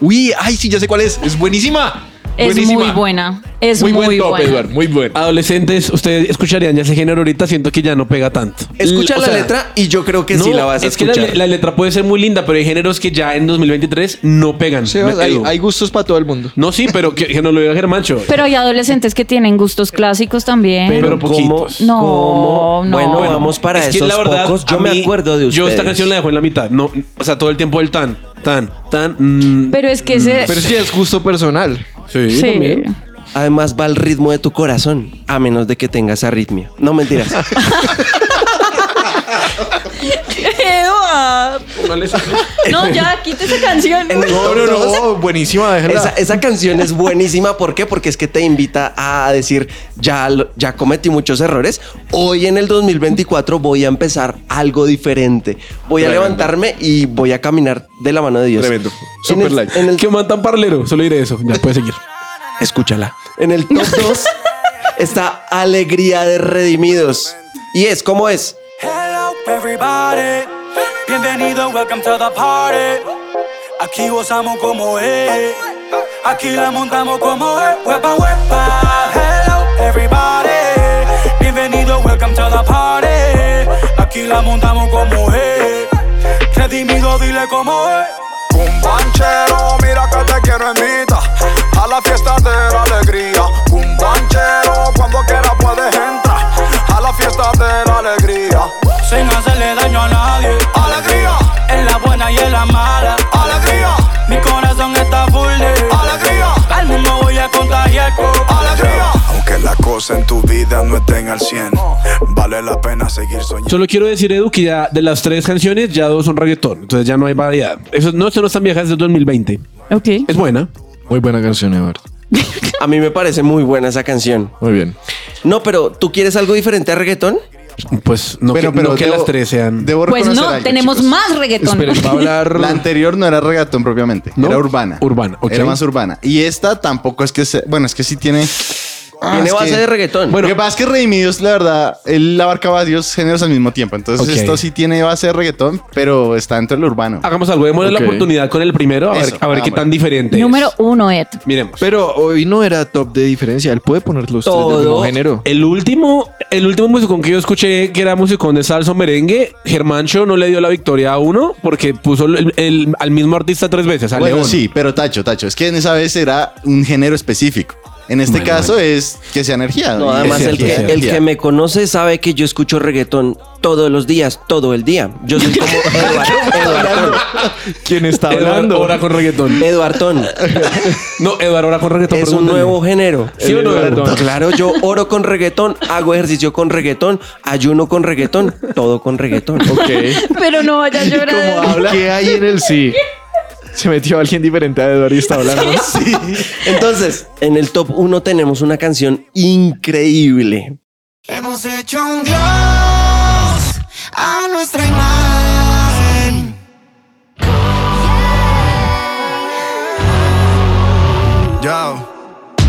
[SPEAKER 2] Uy, ay, sí, ya sé cuál es. Es buenísima.
[SPEAKER 4] Es
[SPEAKER 2] buenísima.
[SPEAKER 4] muy buena. Es muy,
[SPEAKER 2] muy, buen top,
[SPEAKER 4] buena.
[SPEAKER 2] Eduard. Muy buen.
[SPEAKER 3] Adolescentes, ustedes escucharían ya ese género ahorita, siento que ya no pega tanto.
[SPEAKER 5] Escucha
[SPEAKER 3] O
[SPEAKER 5] la
[SPEAKER 3] sea,
[SPEAKER 5] letra y yo creo que sí
[SPEAKER 3] no,
[SPEAKER 5] la vas a
[SPEAKER 3] es que la
[SPEAKER 5] escuchar.
[SPEAKER 3] le- la, letra puede ser muy linda, pero hay géneros que ya en 2023 no pegan.
[SPEAKER 2] Sebas,
[SPEAKER 3] Me-
[SPEAKER 2] hay,
[SPEAKER 3] Edu.
[SPEAKER 2] hay gustos para todo el mundo.
[SPEAKER 3] No, sí, pero que, que nos lo diga Germancho.
[SPEAKER 4] Pero hay adolescentes que tienen gustos clásicos también.
[SPEAKER 3] Pero
[SPEAKER 5] ¿Cómo?
[SPEAKER 3] poquitos.
[SPEAKER 4] No,
[SPEAKER 5] ¿Cómo?
[SPEAKER 4] no.
[SPEAKER 5] Bueno, vamos para
[SPEAKER 3] Es que
[SPEAKER 5] esos
[SPEAKER 3] la verdad,
[SPEAKER 5] pocos. Yo
[SPEAKER 3] a
[SPEAKER 5] me
[SPEAKER 3] mí-
[SPEAKER 5] acuerdo de ustedes.
[SPEAKER 3] Yo esta canción la dejo en la mitad. No, o sea, todo el tiempo el tan, tan, tan. mm,
[SPEAKER 4] Pero es que ese.
[SPEAKER 2] Pero es que es gusto personal.
[SPEAKER 3] sí,
[SPEAKER 4] sí.
[SPEAKER 3] también.
[SPEAKER 5] Además va al ritmo de tu corazón, a menos de que tengas arritmia. No mentiras.
[SPEAKER 4] Eduard.
[SPEAKER 3] No les-
[SPEAKER 4] No, ya, quita esa canción.
[SPEAKER 2] No, no, no. Buenísima, déjala.
[SPEAKER 5] esa, esa canción es buenísima. ¿Por qué? Porque es que te invita a decir, ya, lo- ya cometí muchos errores. Hoy en el 2024 voy a empezar algo diferente. Voy a levantarme y voy a caminar de la mano de Dios.
[SPEAKER 2] Tremendo.
[SPEAKER 5] En
[SPEAKER 2] Super
[SPEAKER 5] el-
[SPEAKER 2] like.
[SPEAKER 5] En el
[SPEAKER 3] Qué man tan parlero. Solo diré eso. Ya puedes seguir. Escúchala.
[SPEAKER 5] En el top 2 está Alegría de Redimidos. Y es, ¿cómo es?
[SPEAKER 8] Hello everybody, bienvenido, welcome to the party. Aquí gozamos como es, aquí la montamos como es, huepa huepa. Hello everybody, bienvenido, welcome to the party. Aquí la montamos como es, redimido, dile como es.
[SPEAKER 13] Cumbanchero, mira que te quiero invita a la fiesta de la alegría. Cumbanchero, cuando quieras puedes entrar a la fiesta de la alegría.
[SPEAKER 8] Sin hacerle daño a nadie,
[SPEAKER 13] Alegría,
[SPEAKER 8] en la buena y en la mala.
[SPEAKER 13] alegría,
[SPEAKER 8] Mi corazón está full de
[SPEAKER 13] alegría.
[SPEAKER 8] Al mundo voy a contagiar con
[SPEAKER 13] Alegría. Aunque las cosas en tu vida no estén al 100, vale la pena seguir soñando.
[SPEAKER 3] Solo quiero decir, Edu, que ya de las tres canciones, ya dos son reggaetón. Entonces ya no hay variedad. Eso, no, esto no es tan vieja, es de 2020.
[SPEAKER 4] Ok.
[SPEAKER 3] Es buena.
[SPEAKER 2] Muy buena canción, Eduard.
[SPEAKER 5] A mí me parece muy buena esa canción.
[SPEAKER 2] Muy bien.
[SPEAKER 5] No, pero ¿tú quieres algo diferente a reggaetón?
[SPEAKER 3] Pues no, que, no que las tres sean.
[SPEAKER 6] debo
[SPEAKER 4] Pues
[SPEAKER 6] reconocer
[SPEAKER 4] no,
[SPEAKER 6] algo,
[SPEAKER 4] tenemos
[SPEAKER 6] chicos.
[SPEAKER 4] más reggaetón.
[SPEAKER 2] Esperen, va a hablar.
[SPEAKER 6] La anterior no era reggaetón propiamente,
[SPEAKER 3] ¿No?
[SPEAKER 6] era urbana.
[SPEAKER 3] Urbana, ok.
[SPEAKER 6] Era más urbana. Y esta tampoco es que se, bueno, es que sí tiene Ah,
[SPEAKER 5] Tiene
[SPEAKER 6] es
[SPEAKER 5] base
[SPEAKER 6] que-
[SPEAKER 5] de reggaetón.
[SPEAKER 6] Lo que pasa es que Redimidos, la verdad, él abarca varios géneros al mismo tiempo. Entonces,
[SPEAKER 3] Ok. Ah,
[SPEAKER 6] esto sí tiene base de reggaetón, pero está dentro del urbano.
[SPEAKER 3] Hagamos algo. Démosle
[SPEAKER 2] Ok.
[SPEAKER 3] la oportunidad con el primero. A
[SPEAKER 6] Eso, Ah,
[SPEAKER 3] ver, a ver qué
[SPEAKER 6] hagámoslo.
[SPEAKER 3] tan diferente. es.
[SPEAKER 4] Número uno, Ed.
[SPEAKER 3] Miremos.
[SPEAKER 2] Pero hoy no era top de diferencia. Él puede poner los tres del mismo
[SPEAKER 5] Todo
[SPEAKER 2] género.
[SPEAKER 3] El último, el último musicón que yo escuché que era musicón de salsa o merengue, Germancho no le dio la victoria a uno porque puso el- el- al mismo artista tres veces, a
[SPEAKER 6] bueno,
[SPEAKER 3] León.
[SPEAKER 6] sí, pero Tacho, Tacho, es que en esa vez era un género específico. En este caso es que sea energía.
[SPEAKER 5] No,
[SPEAKER 6] Y
[SPEAKER 5] además
[SPEAKER 6] es
[SPEAKER 5] el que,
[SPEAKER 6] energía.
[SPEAKER 5] el que me conoce sabe que yo escucho reggaetón todos los días, todo el día. Yo soy como Eduard- Eduardón.
[SPEAKER 2] ¿Quién está
[SPEAKER 3] Eduardo ahora con reggaetón.
[SPEAKER 5] Eduardón.
[SPEAKER 3] No, Eduardo ahora con reggaetón.
[SPEAKER 5] Es un
[SPEAKER 3] pregúntale.
[SPEAKER 5] nuevo género.
[SPEAKER 3] ¿Sí o no, Eduardo?
[SPEAKER 5] Claro, yo oro con reggaetón, hago ejercicio con reggaetón, ayuno con reggaetón, todo con reggaetón.
[SPEAKER 4] Pero no vaya a llorar.
[SPEAKER 2] ¿Qué hay en el sí? Se metió alguien diferente a Eduardo y está hablando.
[SPEAKER 5] Entonces, en el top 1 tenemos una canción increíble.
[SPEAKER 11] Hemos hecho un Dios a nuestra imagen.
[SPEAKER 13] Yo.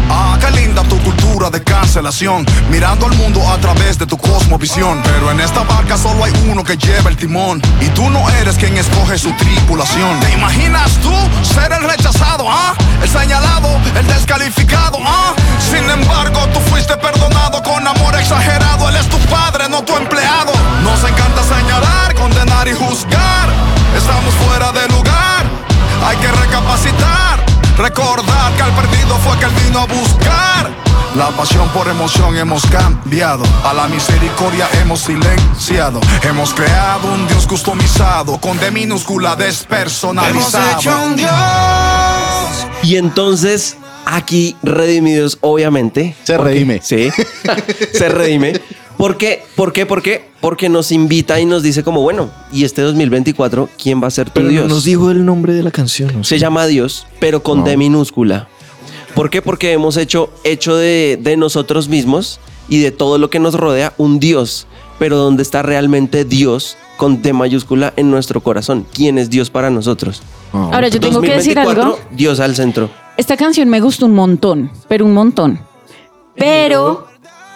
[SPEAKER 13] Ah, qué linda tu cultura de cancelación, mirando al mundo a través de tu cosmovisión. Pero en esta barca solo hay uno que lleva el timón, y tú no eres quien escoge su tripulación. ¿Te imaginas tú ser el rechazado, ah? El señalado, el descalificado, ah? Sin embargo, tú fuiste perdonado con amor exagerado. Él es tu padre, no tu empleado. Nos encanta señalar, condenar y juzgar. Estamos fuera de lugar. Hay que recapacitar, recordar que al perdido fue que él vino a buscar. La pasión por emoción hemos cambiado, a la misericordia hemos silenciado. Hemos creado un Dios customizado, con D minúscula despersonalizado.
[SPEAKER 11] Hemos hecho un
[SPEAKER 5] Y entonces, aquí redimidos, obviamente. Se redime. Sí. se redime. ¿Por qué? ¿Por qué? ¿Por qué? Porque nos invita y nos dice como, bueno, y este 2024, ¿quién va a ser tu
[SPEAKER 2] Pero
[SPEAKER 5] Dios?
[SPEAKER 2] no nos dijo el nombre de la canción. ¿no?
[SPEAKER 5] Se llama Dios, pero con D minúscula. ¿Por qué? Porque hemos hecho, hecho de, de nosotros mismos y de todo lo que nos rodea un Dios, pero donde está realmente Dios con D mayúscula en nuestro corazón. ¿Quién es Dios para nosotros?
[SPEAKER 2] Ah,
[SPEAKER 4] Ahora, yo tengo que decir algo.
[SPEAKER 5] Dios al centro.
[SPEAKER 4] Esta canción me gustó un montón, pero un montón. Pero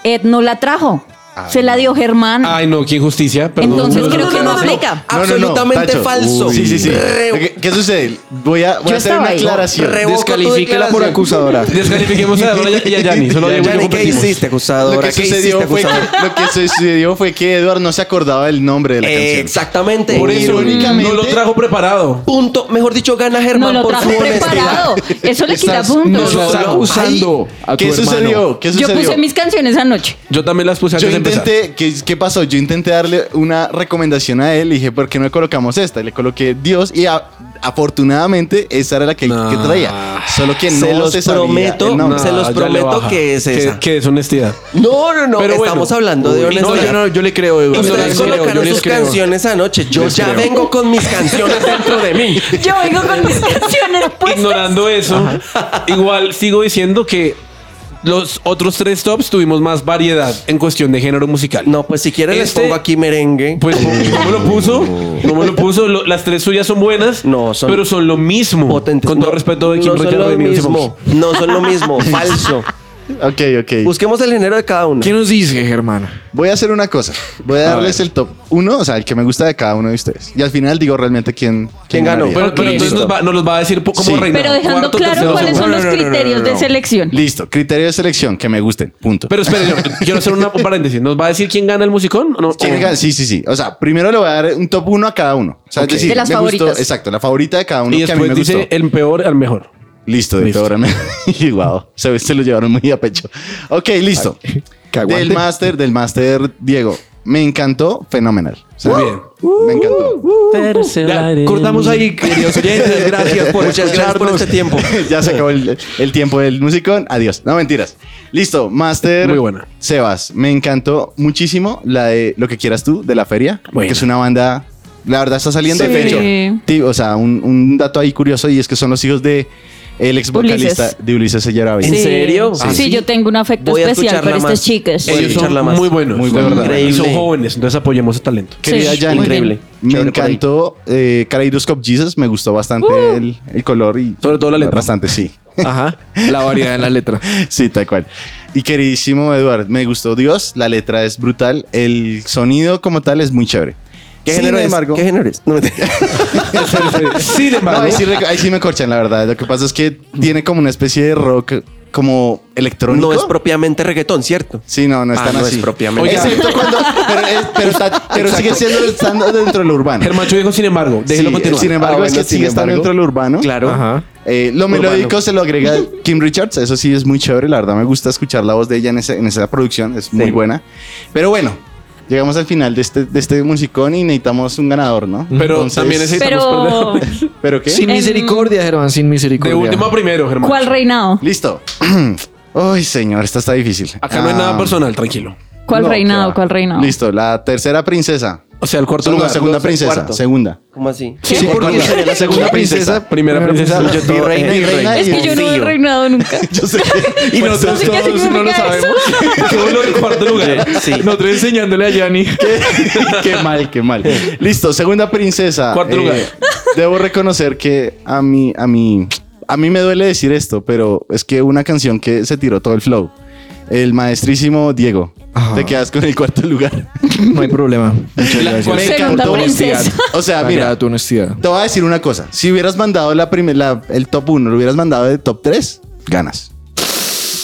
[SPEAKER 4] Ed no la trajo.
[SPEAKER 6] Ah,
[SPEAKER 4] Se la dio Germán.
[SPEAKER 3] Ay, no, qué injusticia. perdón.
[SPEAKER 4] Entonces creo que no aplica.
[SPEAKER 6] No, no, no, Tacho. Uy. Sí, sí, sí. ¿Qué, qué sucede? Voy a, voy
[SPEAKER 4] Yo
[SPEAKER 6] a hacer
[SPEAKER 4] estaba
[SPEAKER 6] una
[SPEAKER 4] ahí.
[SPEAKER 6] aclaración.
[SPEAKER 4] Revoco tu Descalifíquela por declaración. acusadora.
[SPEAKER 3] Descalifiquemos a Dora y a Yanni, solo digo,
[SPEAKER 6] Yanni, ¿qué
[SPEAKER 3] yo competimos.
[SPEAKER 6] hiciste, acusadora? Lo que,
[SPEAKER 5] ¿Qué
[SPEAKER 6] sucedió
[SPEAKER 5] hiciste,
[SPEAKER 6] fue
[SPEAKER 5] acusadora?
[SPEAKER 6] que, lo que sucedió fue que Eduard no se acordaba del nombre de la canción.
[SPEAKER 5] Eh, Exactamente.
[SPEAKER 6] Por eso
[SPEAKER 5] no lo
[SPEAKER 3] trajo preparado.
[SPEAKER 5] Punto. Mejor dicho, gana Germán
[SPEAKER 4] No lo
[SPEAKER 5] por
[SPEAKER 4] trajo
[SPEAKER 5] su honestidad.
[SPEAKER 4] preparado.
[SPEAKER 6] este,
[SPEAKER 4] Eso le quita puntos.
[SPEAKER 3] a tu
[SPEAKER 6] ¿Qué sucedió?
[SPEAKER 3] hermano.
[SPEAKER 6] ¿Qué
[SPEAKER 4] Yo
[SPEAKER 6] sucedió?
[SPEAKER 4] puse mis canciones anoche.
[SPEAKER 3] Yo también las puse
[SPEAKER 6] Yo intenté, ¿qué, qué pasó? Yo intenté darle una recomendación a él y dije, ¿por qué no colocamos esta? Y le coloqué Dios y a- afortunadamente esa era la que, que traía. Solo que no
[SPEAKER 5] Se los
[SPEAKER 6] sabía el
[SPEAKER 5] prometo,
[SPEAKER 6] nombre.
[SPEAKER 5] se los
[SPEAKER 6] Ah, ya le
[SPEAKER 5] prometo
[SPEAKER 6] baja.
[SPEAKER 5] que es esa.
[SPEAKER 3] Que deshonestidad.
[SPEAKER 5] No, no, no.
[SPEAKER 3] Pero bueno.
[SPEAKER 5] estamos hablando de
[SPEAKER 3] Uy, no, yo
[SPEAKER 5] honestidad.
[SPEAKER 3] no- yo le creo, Eduardo. Yo
[SPEAKER 5] Ustedes
[SPEAKER 3] les creo,
[SPEAKER 5] colocaron
[SPEAKER 3] yo les
[SPEAKER 5] sus
[SPEAKER 3] creo.
[SPEAKER 5] canciones anoche. Yo
[SPEAKER 3] Les
[SPEAKER 5] ya
[SPEAKER 3] creo.
[SPEAKER 5] vengo con mis canciones dentro de mí.
[SPEAKER 4] Yo vengo con mis canciones puestas.
[SPEAKER 3] Ignorando eso, igual sigo diciendo que los otros tres tops tuvimos más variedad en cuestión de género musical.
[SPEAKER 5] No, pues si quieres
[SPEAKER 3] Este
[SPEAKER 5] les pongo aquí merengue.
[SPEAKER 3] Pues ¿cómo lo puso? ¿Cómo lo puso? Lo- las tres suyas son buenas, no,
[SPEAKER 5] son-
[SPEAKER 3] pero son lo mismo. Con todo respeto de quien
[SPEAKER 5] No son
[SPEAKER 3] Richard
[SPEAKER 5] lo
[SPEAKER 3] Ramírez y
[SPEAKER 5] mismo.
[SPEAKER 3] Fox.
[SPEAKER 5] No son lo mismo. Falso.
[SPEAKER 6] Ok, ok.
[SPEAKER 5] Busquemos el género de cada uno.
[SPEAKER 2] ¿Qué nos dice, Germán?
[SPEAKER 6] Voy a hacer una cosa. Voy a
[SPEAKER 2] A
[SPEAKER 6] darles el top uno, o sea, el que me gusta de cada uno de ustedes. Y al final digo realmente quién,
[SPEAKER 3] ¿Quién ganó?
[SPEAKER 6] ganaría.
[SPEAKER 3] Pero, pero entonces nos, va- nos los va a decir po- como
[SPEAKER 6] Sí.
[SPEAKER 3] reina.
[SPEAKER 4] Pero dejando
[SPEAKER 3] Cuarto,
[SPEAKER 4] claro
[SPEAKER 3] tercero,
[SPEAKER 4] cuáles son
[SPEAKER 3] segundo.
[SPEAKER 4] los criterios de selección.
[SPEAKER 6] Listo, criterio de selección, que me gusten, punto.
[SPEAKER 3] Pero espere, yo quiero hacer una un paréntesis. ¿Nos va a decir quién gana el musicón? o no? Eh,
[SPEAKER 6] ¿Quién gana? Sí, sí, sí. O sea, primero le voy a dar un top uno a cada uno. O sea,
[SPEAKER 3] Ok.
[SPEAKER 6] es decir,
[SPEAKER 3] De las
[SPEAKER 6] me gustó-
[SPEAKER 3] favoritas.
[SPEAKER 6] exacto, la favorita de cada uno
[SPEAKER 3] Y
[SPEAKER 6] que a mí
[SPEAKER 3] después
[SPEAKER 6] me
[SPEAKER 3] dice eh,
[SPEAKER 6] gustó.
[SPEAKER 3] el peor al mejor.
[SPEAKER 6] Listo, de ahora me... y guau, se, se lo llevaron muy a pecho. Ok, listo.
[SPEAKER 3] aguante.
[SPEAKER 6] del máster, del máster Diego. Me encantó, fenomenal. O sea,
[SPEAKER 3] Muy bien. Uh,
[SPEAKER 6] Me encantó.
[SPEAKER 3] Ya, cortamos ahí, queridos oyentes. Gracias por
[SPEAKER 6] Muchas gracias por este tiempo. ya se acabó el, el tiempo del musicón. Adiós. No mentiras. Listo, Master.
[SPEAKER 3] Muy buena.
[SPEAKER 6] Sebas, me encantó muchísimo la de Lo que quieras tú de la feria, que es una banda. La verdad está saliendo
[SPEAKER 4] Sí.
[SPEAKER 6] de pecho. Ti- O sea, un, un dato ahí curioso y es que son los hijos de el ex vocalista
[SPEAKER 4] Ulises.
[SPEAKER 6] de Ulises Sellaravia.
[SPEAKER 4] Sí. Sí, yo tengo un afecto
[SPEAKER 6] ¿Ah, Voy a
[SPEAKER 4] especial por
[SPEAKER 6] escucharla más.
[SPEAKER 4] estas chicas.
[SPEAKER 3] Ellos son
[SPEAKER 6] más.
[SPEAKER 3] muy buenos.
[SPEAKER 6] Muy
[SPEAKER 3] de
[SPEAKER 6] buenos.
[SPEAKER 3] verdad.
[SPEAKER 6] Increíble.
[SPEAKER 3] Y Son jóvenes, entonces apoyemos ese talento.
[SPEAKER 6] Querida
[SPEAKER 4] Sí,
[SPEAKER 6] Jan,
[SPEAKER 4] muy bien.
[SPEAKER 6] Me encantó eh, Kaleidoscope Jesus, me gustó bastante
[SPEAKER 4] Uh.
[SPEAKER 6] el, el color y sobre todo la letra. Bastante, sí.
[SPEAKER 2] Ajá. La variedad en la letra.
[SPEAKER 6] sí, tal cual. Y queridísimo Eduard, me gustó Dios, la letra es brutal, el sonido como tal es muy chévere.
[SPEAKER 5] ¿Qué
[SPEAKER 6] Sin
[SPEAKER 5] género es?
[SPEAKER 6] embargo-
[SPEAKER 5] ¿Qué género es? No me
[SPEAKER 3] Eh, Sin
[SPEAKER 6] No, ahí, sí, rec- ahí sí me corchan, la verdad. Lo que pasa es que tiene como una especie de rock como electrónico.
[SPEAKER 5] No es propiamente reggaetón, ¿cierto?
[SPEAKER 6] Sí, no, no es
[SPEAKER 5] Ah,
[SPEAKER 6] tan
[SPEAKER 5] no
[SPEAKER 6] así.
[SPEAKER 5] es propiamente.
[SPEAKER 6] Oiga,
[SPEAKER 5] Oiga.
[SPEAKER 6] excepto cuando- pero es- pero está- pero sigue
[SPEAKER 5] Exacto.
[SPEAKER 6] siendo estando dentro de lo urbano.
[SPEAKER 3] Germacho dijo, sin embargo, déjelo
[SPEAKER 6] Sí,
[SPEAKER 3] continuar.
[SPEAKER 6] Sin embargo,
[SPEAKER 3] Ah,
[SPEAKER 6] es
[SPEAKER 3] bueno,
[SPEAKER 6] que
[SPEAKER 3] sin
[SPEAKER 6] sigue estando
[SPEAKER 3] embargo.
[SPEAKER 6] dentro de lo urbano.
[SPEAKER 5] Claro.
[SPEAKER 6] Eh, lo
[SPEAKER 3] Urbano.
[SPEAKER 6] melódico se lo agrega Kim Richards. Eso sí es muy chévere. La verdad, me gusta escuchar la voz de ella en, ese- en esa producción. Es muy buena. Pero bueno, llegamos al final de este, de este musicón y necesitamos un ganador, ¿no?
[SPEAKER 3] Pero también necesitamos
[SPEAKER 4] Pero-
[SPEAKER 3] perder.
[SPEAKER 6] ¿Pero qué?
[SPEAKER 2] Sin misericordia, Germán, sin
[SPEAKER 3] De
[SPEAKER 2] misericordia.
[SPEAKER 3] último a primero, Germán.
[SPEAKER 4] ¿Cuál reinado?
[SPEAKER 6] Listo. Ay, señor, esta está difícil.
[SPEAKER 3] Acá no es
[SPEAKER 6] Ah,
[SPEAKER 3] nada personal, tranquilo.
[SPEAKER 4] ¿Cuál
[SPEAKER 6] No,
[SPEAKER 4] reinado?
[SPEAKER 6] qué va.
[SPEAKER 4] ¿Cuál reinado?
[SPEAKER 6] Listo, la tercera princesa.
[SPEAKER 3] O sea, el cuarto
[SPEAKER 6] No,
[SPEAKER 3] lugar.
[SPEAKER 6] segunda
[SPEAKER 3] Los-
[SPEAKER 6] princesa,
[SPEAKER 3] cuarto.
[SPEAKER 6] segunda.
[SPEAKER 5] ¿Cómo así?
[SPEAKER 3] Sí,
[SPEAKER 6] Sí,
[SPEAKER 3] porque
[SPEAKER 6] cuarto lugar.
[SPEAKER 3] la segunda
[SPEAKER 6] ¿Qué
[SPEAKER 3] princesa,
[SPEAKER 6] princesa?
[SPEAKER 3] primera
[SPEAKER 6] Primera
[SPEAKER 3] princesa,
[SPEAKER 6] princesa,
[SPEAKER 3] yo todo-
[SPEAKER 6] virreina y
[SPEAKER 3] eh,
[SPEAKER 6] reina
[SPEAKER 4] Es que yo no he
[SPEAKER 3] confío.
[SPEAKER 4] reinado nunca.
[SPEAKER 6] Y
[SPEAKER 4] Pues
[SPEAKER 6] nosotros
[SPEAKER 4] no sé qué
[SPEAKER 6] todos no lo
[SPEAKER 4] significa eso.
[SPEAKER 6] sabemos.
[SPEAKER 3] Solo el cuarto lugar.
[SPEAKER 5] Sí.
[SPEAKER 3] Nosotros enseñándole a Yanni.
[SPEAKER 6] qué mal, qué mal. Listo, segunda princesa. Eh,
[SPEAKER 3] Cuarto lugar.
[SPEAKER 6] Debo reconocer que a mí, a mí, a mí me duele decir esto, pero es que una canción que se tiró todo el flow. El maestrísimo Diego.
[SPEAKER 2] Ajá.
[SPEAKER 6] Te quedas con el cuarto lugar.
[SPEAKER 2] No hay problema. Muchas
[SPEAKER 3] La
[SPEAKER 2] gracias.
[SPEAKER 3] cuarta-
[SPEAKER 6] Me
[SPEAKER 4] Segunda
[SPEAKER 6] encantó.
[SPEAKER 4] princesa.
[SPEAKER 6] O sea,
[SPEAKER 2] Agrada
[SPEAKER 6] mira,
[SPEAKER 2] tu honestidad.
[SPEAKER 6] te voy a decir una cosa. Si hubieras mandado la primer- la- el top 1, lo hubieras mandado el top 3, ganas.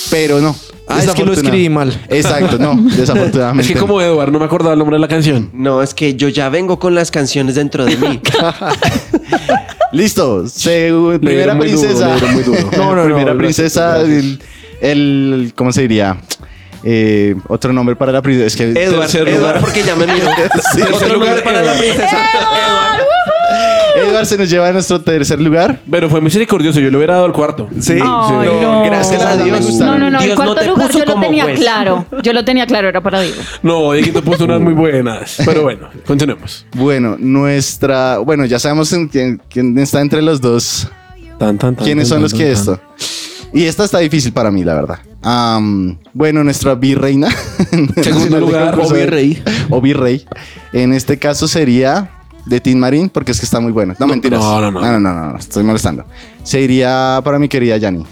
[SPEAKER 6] Pero no.
[SPEAKER 2] Ah, es que lo
[SPEAKER 6] Desafortunada-
[SPEAKER 2] escribí mal.
[SPEAKER 6] Exacto, no,
[SPEAKER 3] Es
[SPEAKER 6] desafortunadamente.
[SPEAKER 3] que
[SPEAKER 6] no.
[SPEAKER 3] como Eduardo no me acordaba el nombre de la canción.
[SPEAKER 5] No, es que yo ya vengo con las canciones dentro de mí.
[SPEAKER 6] Listo. Según
[SPEAKER 3] Le
[SPEAKER 6] primera
[SPEAKER 3] dieron muy duro,
[SPEAKER 6] princesa.
[SPEAKER 3] le dieron muy duro. No, no, no,
[SPEAKER 6] primera
[SPEAKER 3] gracias,
[SPEAKER 6] princesa. El, el- ¿Cómo se diría? Eh, otro nombre para la princesa. Es que.
[SPEAKER 5] Eduard,
[SPEAKER 3] Tercer lugar.
[SPEAKER 5] Eduard, porque ya me miró.
[SPEAKER 6] Sí.
[SPEAKER 5] Otro lugar para la princesa. Eduard.
[SPEAKER 6] Edward se nos lleva a nuestro tercer lugar.
[SPEAKER 3] Pero fue misericordioso, yo le hubiera dado el cuarto.
[SPEAKER 6] Sí.
[SPEAKER 4] Ay,
[SPEAKER 6] Sí.
[SPEAKER 4] no.
[SPEAKER 5] gracias a Dios.
[SPEAKER 4] No, no, no.
[SPEAKER 5] Dios
[SPEAKER 4] el
[SPEAKER 5] no
[SPEAKER 4] cuarto
[SPEAKER 5] te
[SPEAKER 4] lugar
[SPEAKER 5] puso
[SPEAKER 4] yo lo
[SPEAKER 5] como
[SPEAKER 4] tenía
[SPEAKER 5] juez.
[SPEAKER 4] claro. Yo lo tenía claro, era para Diego.
[SPEAKER 3] No, Dieguito puso unas muy buenas. Pero bueno, continuemos.
[SPEAKER 6] Bueno, nuestra. Bueno, ya sabemos en quién, quién está entre los dos.
[SPEAKER 3] Tan, tan, tan,
[SPEAKER 6] ¿Quiénes
[SPEAKER 3] tan,
[SPEAKER 6] son los
[SPEAKER 3] tan,
[SPEAKER 6] que
[SPEAKER 3] tan.
[SPEAKER 6] esto? Y esta está difícil para mí, la verdad. Am, bueno, nuestra virreina. nacional de
[SPEAKER 3] lugar,
[SPEAKER 6] concurso
[SPEAKER 3] o
[SPEAKER 6] de-
[SPEAKER 3] virrey.
[SPEAKER 6] O virrey. En este caso sería de Tim Marín, porque es que está muy bueno. No, mentiras.
[SPEAKER 3] no, no, no.
[SPEAKER 6] no, no, no, no, estoy molestando. Sería para mi querida Yanni.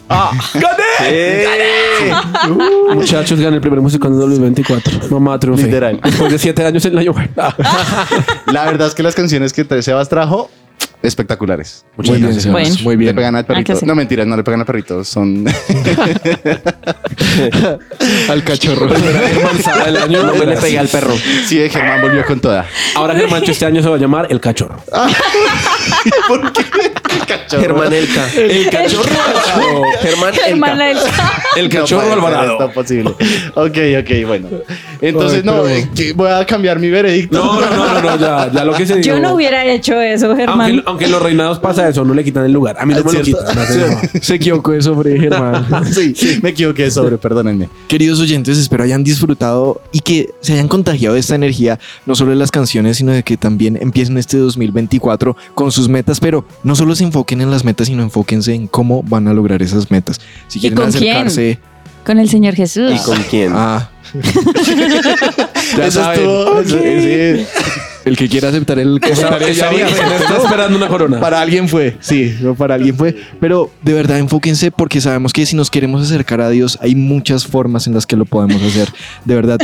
[SPEAKER 3] Muchachos, gané el primer musicón de 2024. Mamá, triunfé.
[SPEAKER 6] Literal.
[SPEAKER 3] Después de siete años en la lluvia.
[SPEAKER 6] La verdad es que las canciones que Tres Sebas trajo, espectaculares.
[SPEAKER 2] Muchas
[SPEAKER 3] bien,
[SPEAKER 2] gracias.
[SPEAKER 4] bueno.
[SPEAKER 2] Muy
[SPEAKER 6] Le
[SPEAKER 2] bien.
[SPEAKER 6] pegan al perrito.
[SPEAKER 4] hacer.
[SPEAKER 6] No, mentiras, no le pegan al perrito. Son.
[SPEAKER 2] Al cachorro.
[SPEAKER 3] Manzana del año.
[SPEAKER 5] No le pegué al perro.
[SPEAKER 6] sí, Germán volvió con toda.
[SPEAKER 3] Ahora Germancho este año se va a llamar El Cachorro.
[SPEAKER 5] Germán Elka.
[SPEAKER 3] El
[SPEAKER 5] Cachorro. Germán
[SPEAKER 4] Germán
[SPEAKER 5] Elka.
[SPEAKER 4] Elsa.
[SPEAKER 3] El Cachorro
[SPEAKER 6] no puede ser,
[SPEAKER 3] Alvarado.
[SPEAKER 6] Está posible. Ok, ok, bueno. Entonces,
[SPEAKER 2] Ay,
[SPEAKER 6] no,
[SPEAKER 2] pero-
[SPEAKER 6] eh, que voy a cambiar mi veredicto.
[SPEAKER 3] No, no, no, no, no, ya, ya lo que se dijo.
[SPEAKER 4] Yo no hubiera hecho eso,
[SPEAKER 3] Aunque,
[SPEAKER 4] Germán.
[SPEAKER 3] aunque en los reinados pasa eso, no le quitan el lugar. A mí no me lo
[SPEAKER 6] ¿Cierto?
[SPEAKER 3] quitan. no sé, no.
[SPEAKER 2] Se equivocó de sobre Germán.
[SPEAKER 6] Sí, me equivoqué sobre, perdónenme.
[SPEAKER 2] Queridos oyentes, espero hayan disfrutado y que se hayan contagiado de esta energía, no solo de las canciones, sino de que también empiecen este 2024 con sus metas, pero no solo se enfoquen en las metas, sino enfóquense en cómo van a lograr esas metas. Si quieren
[SPEAKER 4] con quién?
[SPEAKER 2] acercarse
[SPEAKER 4] Con el Señor Jesús.
[SPEAKER 5] ¿Y con quién?
[SPEAKER 2] a
[SPEAKER 3] Ya
[SPEAKER 6] Eso
[SPEAKER 3] saben.
[SPEAKER 6] estuvo- eso- ese-
[SPEAKER 2] el que quiera aceptar el
[SPEAKER 3] Esa- esa virgen Está esperando una corona.
[SPEAKER 2] Para alguien fue, sí, no para alguien fue. Pero de verdad enfóquense porque sabemos que si nos queremos acercar a Dios hay muchas formas en las que lo podemos hacer. De verdad,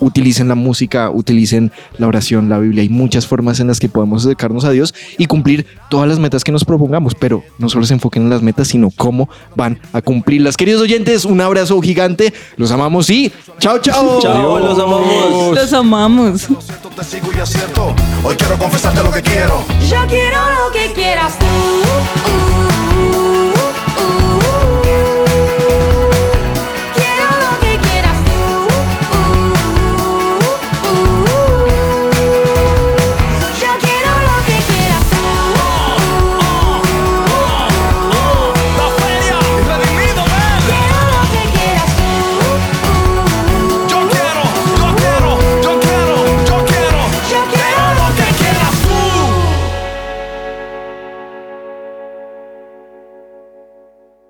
[SPEAKER 2] utilicen la música, utilicen la oración, la Biblia. Hay muchas formas en las que podemos acercarnos a Dios y cumplir todas las metas que nos propongamos. Pero no solo se enfoquen en las metas, sino cómo van a cumplirlas. Queridos oyentes, un abrazo gigante. Los amamos y chao, chao.
[SPEAKER 5] Chao, los amamos.
[SPEAKER 4] Los amamos.
[SPEAKER 13] Lo siento, te sigo y acierto. Hoy quiero confesarte lo que quiero.
[SPEAKER 7] Yo quiero lo que quieras tú. uh.